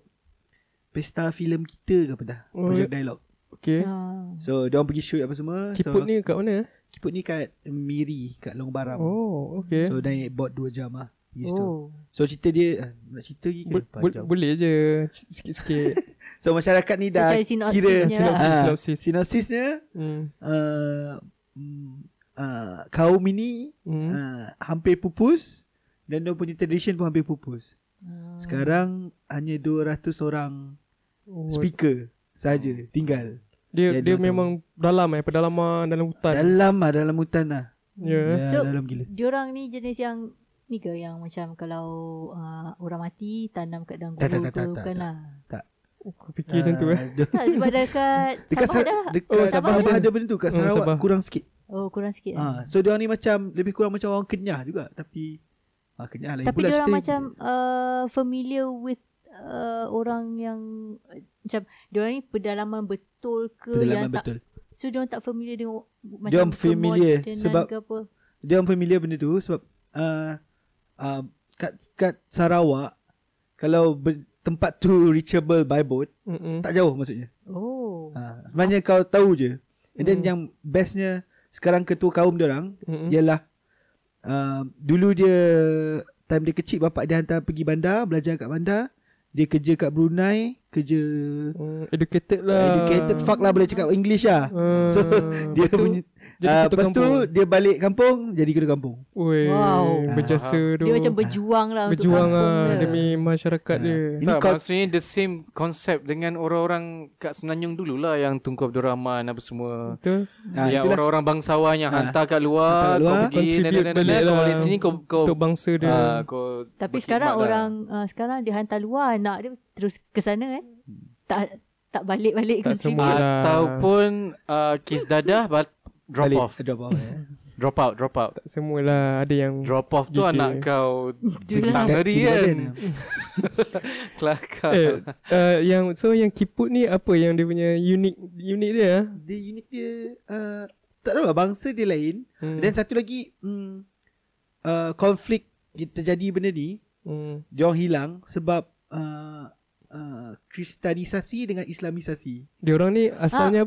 S6: pesta filem kita ke apa dah.
S4: Oh,
S6: Projek dialog.
S4: Okay
S7: Ah.
S6: So dia orang pergi shoot apa semua.
S4: Kiput
S6: so,
S4: ni kat mana eh?
S6: Kiput ni kat Miri kat Long Baram.
S4: Oh okay
S6: So naik bot 2 jam lah. Pergi situ.
S7: Oh.
S6: So cerita dia ah, nak cerita lagi ke?
S4: Bo-
S6: Empat
S4: bo-
S6: jam.
S4: Boleh je Sikit-sikit
S6: So masyarakat ni
S7: So,
S6: dah
S7: cari sinopsisnya
S6: kira
S7: lah.
S4: Sinopsis,
S6: Ah,
S4: sinopsis.
S6: Sinopsisnya
S4: Hmm.
S6: uh, mm, uh, kaum ini
S4: Hmm.
S6: uh, hampir pupus dan dia punya tradition pun hampir pupus.
S7: Ah.
S6: Sekarang hanya 200 orang
S4: Oh,
S6: speaker saja tinggal.
S4: Dia
S6: Dan
S4: dia
S6: dia
S4: memang dalam eh pedalaman dalam hutan.
S6: Dalam lah dalam hutan lah.
S4: Ya.
S6: Ya,
S7: So-
S6: dalam gila.
S7: Diorang ni jenis yang ni ke yang macam kalau uh, orang mati tanam kat dalam gubur
S6: Tak, tak,
S7: ke
S6: tak, tak, tak,
S7: bukan
S6: tak.
S7: lah.
S4: Aku fikir macam tu eh.
S6: Ah.
S7: Tak sebab dekat
S6: Dekat
S7: Sabah
S6: Sar-
S7: dah.
S6: dekat
S4: Oh,
S6: oh,
S4: Sabah
S6: Sabah,
S4: ada.
S6: ada benda tu kat
S4: Oh,
S6: Sarawak
S4: Sabah.
S6: kurang sikit.
S7: Oh kurang sikit.
S6: Ah,
S7: Ah,
S6: so dia ni macam lebih kurang macam orang Kenyah juga tapi ah Kenyah lain
S7: Tapi
S6: pula
S7: diorang
S6: cerita.
S7: macam uh, familiar with uh, orang yang uh, macam diorang ni pedalaman betul ke
S6: pedalaman
S7: yang
S6: betul.
S7: tak so diorang tak familiar dengan macam
S6: Diorang familiar
S7: kemodenan
S6: sebab-
S7: ke apa.
S6: Dia orang familiar benda tu sebab uh, uh, kat kat Sarawak kalau ber, tempat tu reachable by boat
S4: Mm-mm.
S6: tak jauh maksudnya.
S7: Oh.
S6: Ah, sebenarnya kau tahu je. And
S4: Hmm.
S6: then yang bestnya sekarang ketua kaum dia orang
S4: Mm-mm.
S6: ialah uh, dulu dia time dia kecil bapak dia hantar pergi bandar, belajar kat bandar. Dia kerja kat Brunei, kerja
S4: Hmm, educated lah.
S6: educated fuck lah boleh cakap English lah.
S4: Ah,
S6: So dia
S4: lepas tu,
S6: punya
S4: jadi
S6: ah,
S4: ketua
S6: lepas tu
S4: kampung.
S6: dia balik kampung jadi ketua kampung.
S4: Woi,
S7: Wow.
S4: berjasa tu.
S7: Dia macam berjuang lah untuk
S4: berjuang
S7: kampung
S4: lah
S7: dia.
S4: demi masyarakat dia.
S6: Ini
S5: tak,
S6: kau
S5: maksudnya the same concept dengan orang-orang kat Semenanjung dulu lah yang Tunku Abdul Rahman apa semua.
S4: Betul?
S6: ah,
S4: ya,
S5: yang
S6: itulah.
S5: orang-orang bangsawan yang hantar kat
S6: Hantar
S5: luar,
S6: kat luar,
S5: kau pergi dan
S4: contribute
S5: dan
S4: balik
S5: dan kau
S4: lah
S5: balik sini kau kau
S4: Untuk bangsa dia.
S5: ah,
S7: Tapi
S5: kau berkhidmat
S7: sekarang
S5: lah.
S7: orang uh, sekarang dia hantar luar anak dia terus ke sana eh. Tak tak balik-balik
S4: Tak
S7: country
S4: semua.
S7: dia.
S4: Yelah.
S5: ataupun uh, kis dadah but drop
S6: balik.
S5: off.
S6: Drop off. eh.
S5: Drop out, drop out.
S4: tak semualah ada yang
S5: Drop off tu
S4: Gitu.
S5: anak kau
S7: Itulah.
S5: Petang hari
S6: Kaki
S5: kan
S6: badan.
S5: Kelakar
S4: eh, uh, yang so yang kiput ni apa yang dia punya unik unik dia? ah?
S6: Dia unik dia uh, tak tahu lah bangsa dia lain.
S4: Hmm.
S6: Dan satu lagi mm, uh, konflik yang terjadi benda ni
S4: Hmm.
S6: dia orang hilang sebab uh, uh, kristanisasi dengan islamisasi.
S4: Dia orang ni asalnya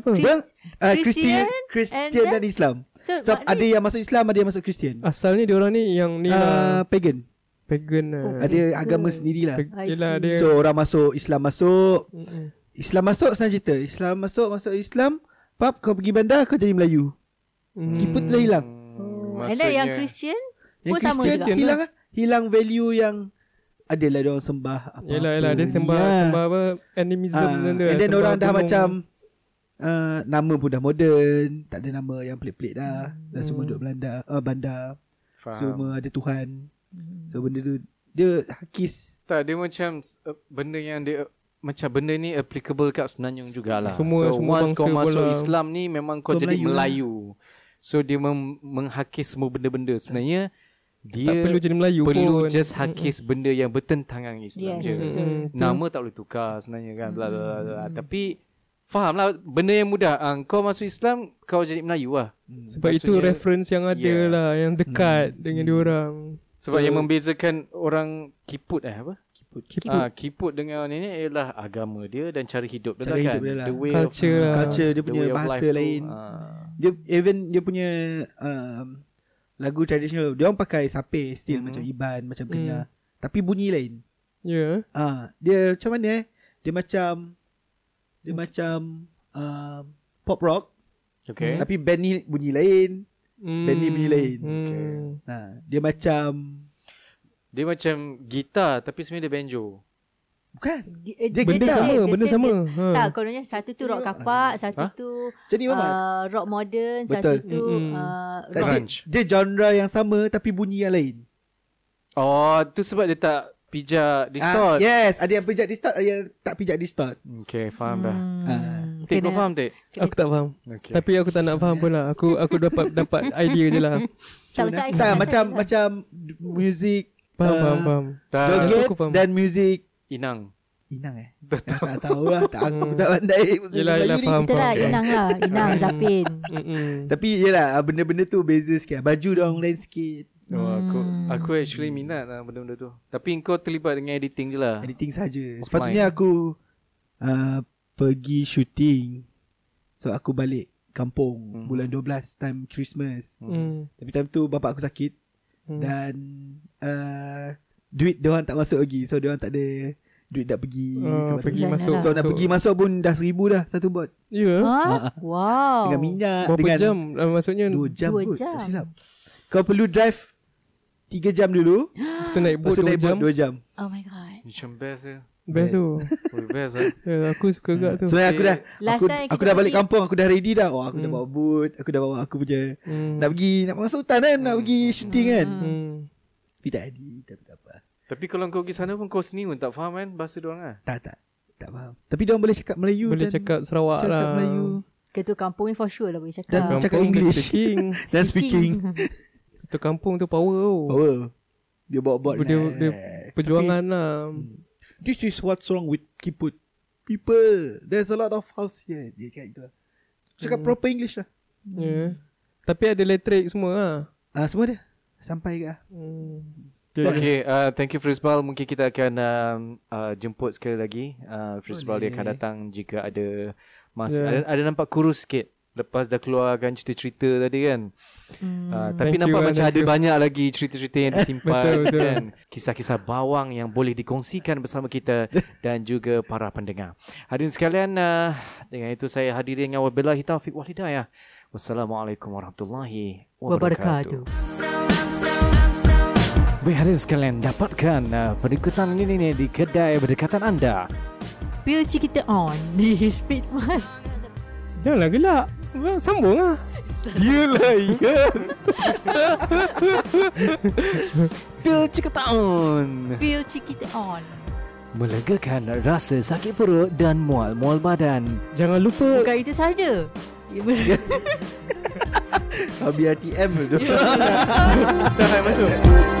S7: Ah,
S4: apa?
S7: Chris-
S6: Dia uh,
S7: Christian
S6: Christian Christian
S7: and
S6: dan,
S7: then-
S6: Islam.
S7: So,
S6: So
S7: maknanya-
S6: ada yang masuk Islam, ada yang masuk Kristian.
S4: Asalnya dia orang ni yang ni
S6: Uh,
S4: lah
S6: pagan.
S4: pagan lah.
S7: Oh,
S6: Ada agama sendirilah.
S4: Pag-
S7: I
S4: yelah,
S7: see.
S4: dia
S6: So orang masuk Islam masuk
S4: Mm-mm.
S6: Islam masuk senang cerita Islam masuk masuk Islam Pap kau pergi bandar kau jadi Melayu
S4: Hmm.
S6: Kiput telah hilang
S7: oh, and then
S5: Maksudnya
S7: yang Christian Pun sama
S6: Christian
S7: juga.
S6: hilang ah, hilang value yang adalah dia orang sembah apa.
S4: Yelah yelah Dia sembah
S6: Ya.
S4: Sembah apa Animism
S6: Ah,
S4: macam tu
S6: And
S4: lah,
S6: then
S4: sembah
S6: orang dah
S4: gunung.
S6: macam uh, Nama pun dah moden Tak ada nama yang pelik-pelik dah Dah semua duduk Belanda uh, Bandar
S5: Faham. Hmm.
S6: Semua ada Tuhan So benda tu Dia hakis
S5: Tak, dia macam uh, benda yang dia macam benda ni applicable kat Semenanjung jugalah.
S4: Semua-
S5: so,
S4: semua
S5: once kau
S4: bangsa
S5: masuk
S4: bola.
S5: Islam ni memang kau,
S6: Kau
S5: jadi
S6: Melayu lah.
S5: Melayu. So dia mem- menghakis semua benda-benda sebenarnya dia
S4: Tak perlu jadi Melayu
S5: perlu
S4: pun
S5: just hakis benda yang bertentangan dengan Islam
S7: Yes,
S5: je.
S7: betul.
S4: Mm, tu.
S5: Nama tak boleh tukar sebenarnya kan bla bla bla, bla. Tapi fahamlah benda yang mudah. Ah, kau masuk Islam kau jadi Melayu lah.
S4: Sebab itu
S5: Maksudnya-
S4: reference yang ada
S6: ya.
S5: Yeah.
S4: lah Yang dekat
S6: Hmm.
S4: Dengan diorang
S5: Sebab so, yang membezakan orang kiput eh apa? Kiput. Kiput,
S4: Kiput.
S5: ah, kiput dengan ni ni ialah agama dia dan cara hidup dia
S6: Cara
S5: lah kan.
S6: hidup dia lah.
S5: The way
S4: Culture
S5: of,
S4: lah.
S6: Culture dia
S5: the
S6: punya
S5: way of
S6: bahasa
S5: life tu,
S6: lain
S5: ah.
S6: Dia even dia punya um, Lagu tradisional Dia orang pakai sape Still
S5: Hmm.
S6: macam Iban Macam Kenyah Tapi bunyi lain
S4: Ya
S6: Ah, Dia macam mana eh Dia macam Dia macam um, Pop rock
S5: Okay.
S6: Tapi band ni bunyi lain
S4: Hmm.
S6: Band ni bunyi lain
S4: Okay.
S6: Nah, Dia macam
S5: Dia macam gitar tapi sebenarnya dia banjo.
S6: Bukan
S7: Di- eh,
S6: Dia
S7: the
S6: benda
S7: same,
S4: sama,
S7: the
S4: benda
S7: same,
S4: sama.
S7: the-
S4: Ha.
S7: Tak kononnya satu tu rock kapak Satu tu
S6: Ha? Jadi Mamat
S7: uh, rock modern Satu
S6: Betul.
S7: tu
S4: Mm-mm.
S7: uh,
S6: Tak,
S7: rock
S6: dia,
S5: Grunge.
S6: dia genre yang sama tapi bunyi yang lain.
S5: Oh, tu sebab dia tak pijak
S6: Ah,
S5: distort.
S6: yes, ada yang pijak distort, ada yang tak pijak distort.
S5: Okay, faham dah.
S6: Ah.
S5: Tik, kau faham tak?
S4: Aku tak faham
S5: Okay.
S4: Tapi aku tak nak faham pun lah Aku aku dapat dapat idea je lah
S7: Tak macam I-
S6: Tak
S7: I-
S6: macam
S7: I-
S6: macam d- music
S4: Faham
S6: Ah.
S4: faham faham
S5: Tak,
S6: joget
S4: aku faham.
S6: dan music
S5: inang.
S6: inang eh. Tak, tak tahu lah tak aku tak pandai music
S4: Yelah, yelah, faham.
S7: Betul lah
S4: Okay.
S7: Inang lah Inang Zapin
S4: Mm-mm.
S6: Tapi yelah benda-benda tu beza sikit. Baju dia orang lain sikit.
S5: Oh, aku aku actually minat lah benda-benda tu. Tapi kau terlibat dengan editing je
S4: Ah.
S5: lah.
S6: Editing saja. Sepatutnya aku uh, pergi shooting. So aku balik kampung
S4: Hmm.
S6: bulan 12 time Christmas.
S4: Mm.
S6: Tapi time tu bapak aku sakit hmm. dan uh, duit dia orang tak masuk lagi. So dia orang tak ada duit nak pergi.
S4: Ah,
S6: tempat
S4: Pergi
S7: Janganlah.
S4: masuk
S6: So, so nak pergi masuk pun dah seribu dah satu bot.
S4: Ya
S7: Ha? Wow
S6: Dengan minyak
S4: Berapa
S6: dengan
S4: jam Ah, Maksudnya
S6: Dua jam
S7: Oh. Dua
S6: kot,
S7: jam.
S6: Tak silap. Kau perlu drive tiga jam dulu.
S4: Kita naik
S6: Lepas
S4: boat
S6: tu
S4: dua
S6: naik
S4: jam
S6: boat dua jam.
S7: Oh my god
S5: Macam best je.
S4: Best tu
S5: Oh, best lah.
S4: Ya, Aku suka gak tu
S6: Sebenarnya aku dah
S7: Last
S6: aku,
S7: time
S6: aku
S7: kita
S6: dah balik
S7: pergi-
S6: kampung Aku dah ready dah Oh aku
S4: Hmm.
S6: dah bawa boot Aku dah bawa aku punya Nak pergi Nak masuk hutan kan
S4: Hmm.
S6: Nak pergi shooting kan
S4: Mm.
S6: Tapi tak jadi Tapi tak apa
S5: Tapi kalau kau pergi sana pun kau sendiri pun tak faham kan bahasa diorang lah.
S6: Tak tak Tak faham Tapi dia orang boleh cakap Melayu
S4: Boleh
S6: dan
S4: cakap Sarawak
S6: Cakap
S4: lah
S6: Melayu
S7: Ketua kampung ni for sure lah boleh
S6: Dan
S7: cakap
S6: cakap
S4: Kampung
S6: English
S4: speaking
S6: Dan speaking
S4: Tu kampung tu power tu
S6: Oh Dia bawa-bawa
S4: Dia,
S6: lah.
S4: dia perjuangan lah
S6: This is what's wrong with Kiput People There's a lot of house here Dia cakap itu lah Cakap
S4: Hmm.
S6: proper English lah
S4: Ya. Tapi ada elektrik semua lah
S6: Ah Semua dia Sampai ke lah
S5: Okay, okay uh, thank you Frisbal. Mungkin kita akan um, uh, jemput sekali lagi. Uh, Frisbal dia akan datang jika ada masa. Yeah. Ada, ada nampak kurus sikit lepas dah keluarkan cerita-cerita tadi kan. Mm. Uh, tapi
S4: Thank you,
S5: nampak
S4: ah,
S5: macam
S4: thank
S5: ada
S4: you.
S5: banyak lagi cerita-cerita yang disimpan
S4: Betul, betul.
S5: kan. Kisah-kisah bawang yang boleh dikongsikan bersama kita dan juga para pendengar. Hadirin sekalian, uh, dengan itu saya hadirin dengan wabillahi taufiq wal hidayah. Wassalamualaikum warahmatullahi wabarakatuh.
S7: Wabarakatuh
S5: Baik hadirin sekalian dapatkan uh, perikutan ini ni di kedai berdekatan anda.
S7: Pil kita on Di speed one
S4: Janganlah gelak Sambung lah
S5: Yelah ya. Pil Ciketan
S7: Pil kita on
S5: melegakan rasa sakit perut dan mual-mual badan.
S4: Jangan lupa
S7: Bukan itu sahaja Ya, betul.
S6: Habis RTM tu
S4: Dah masuk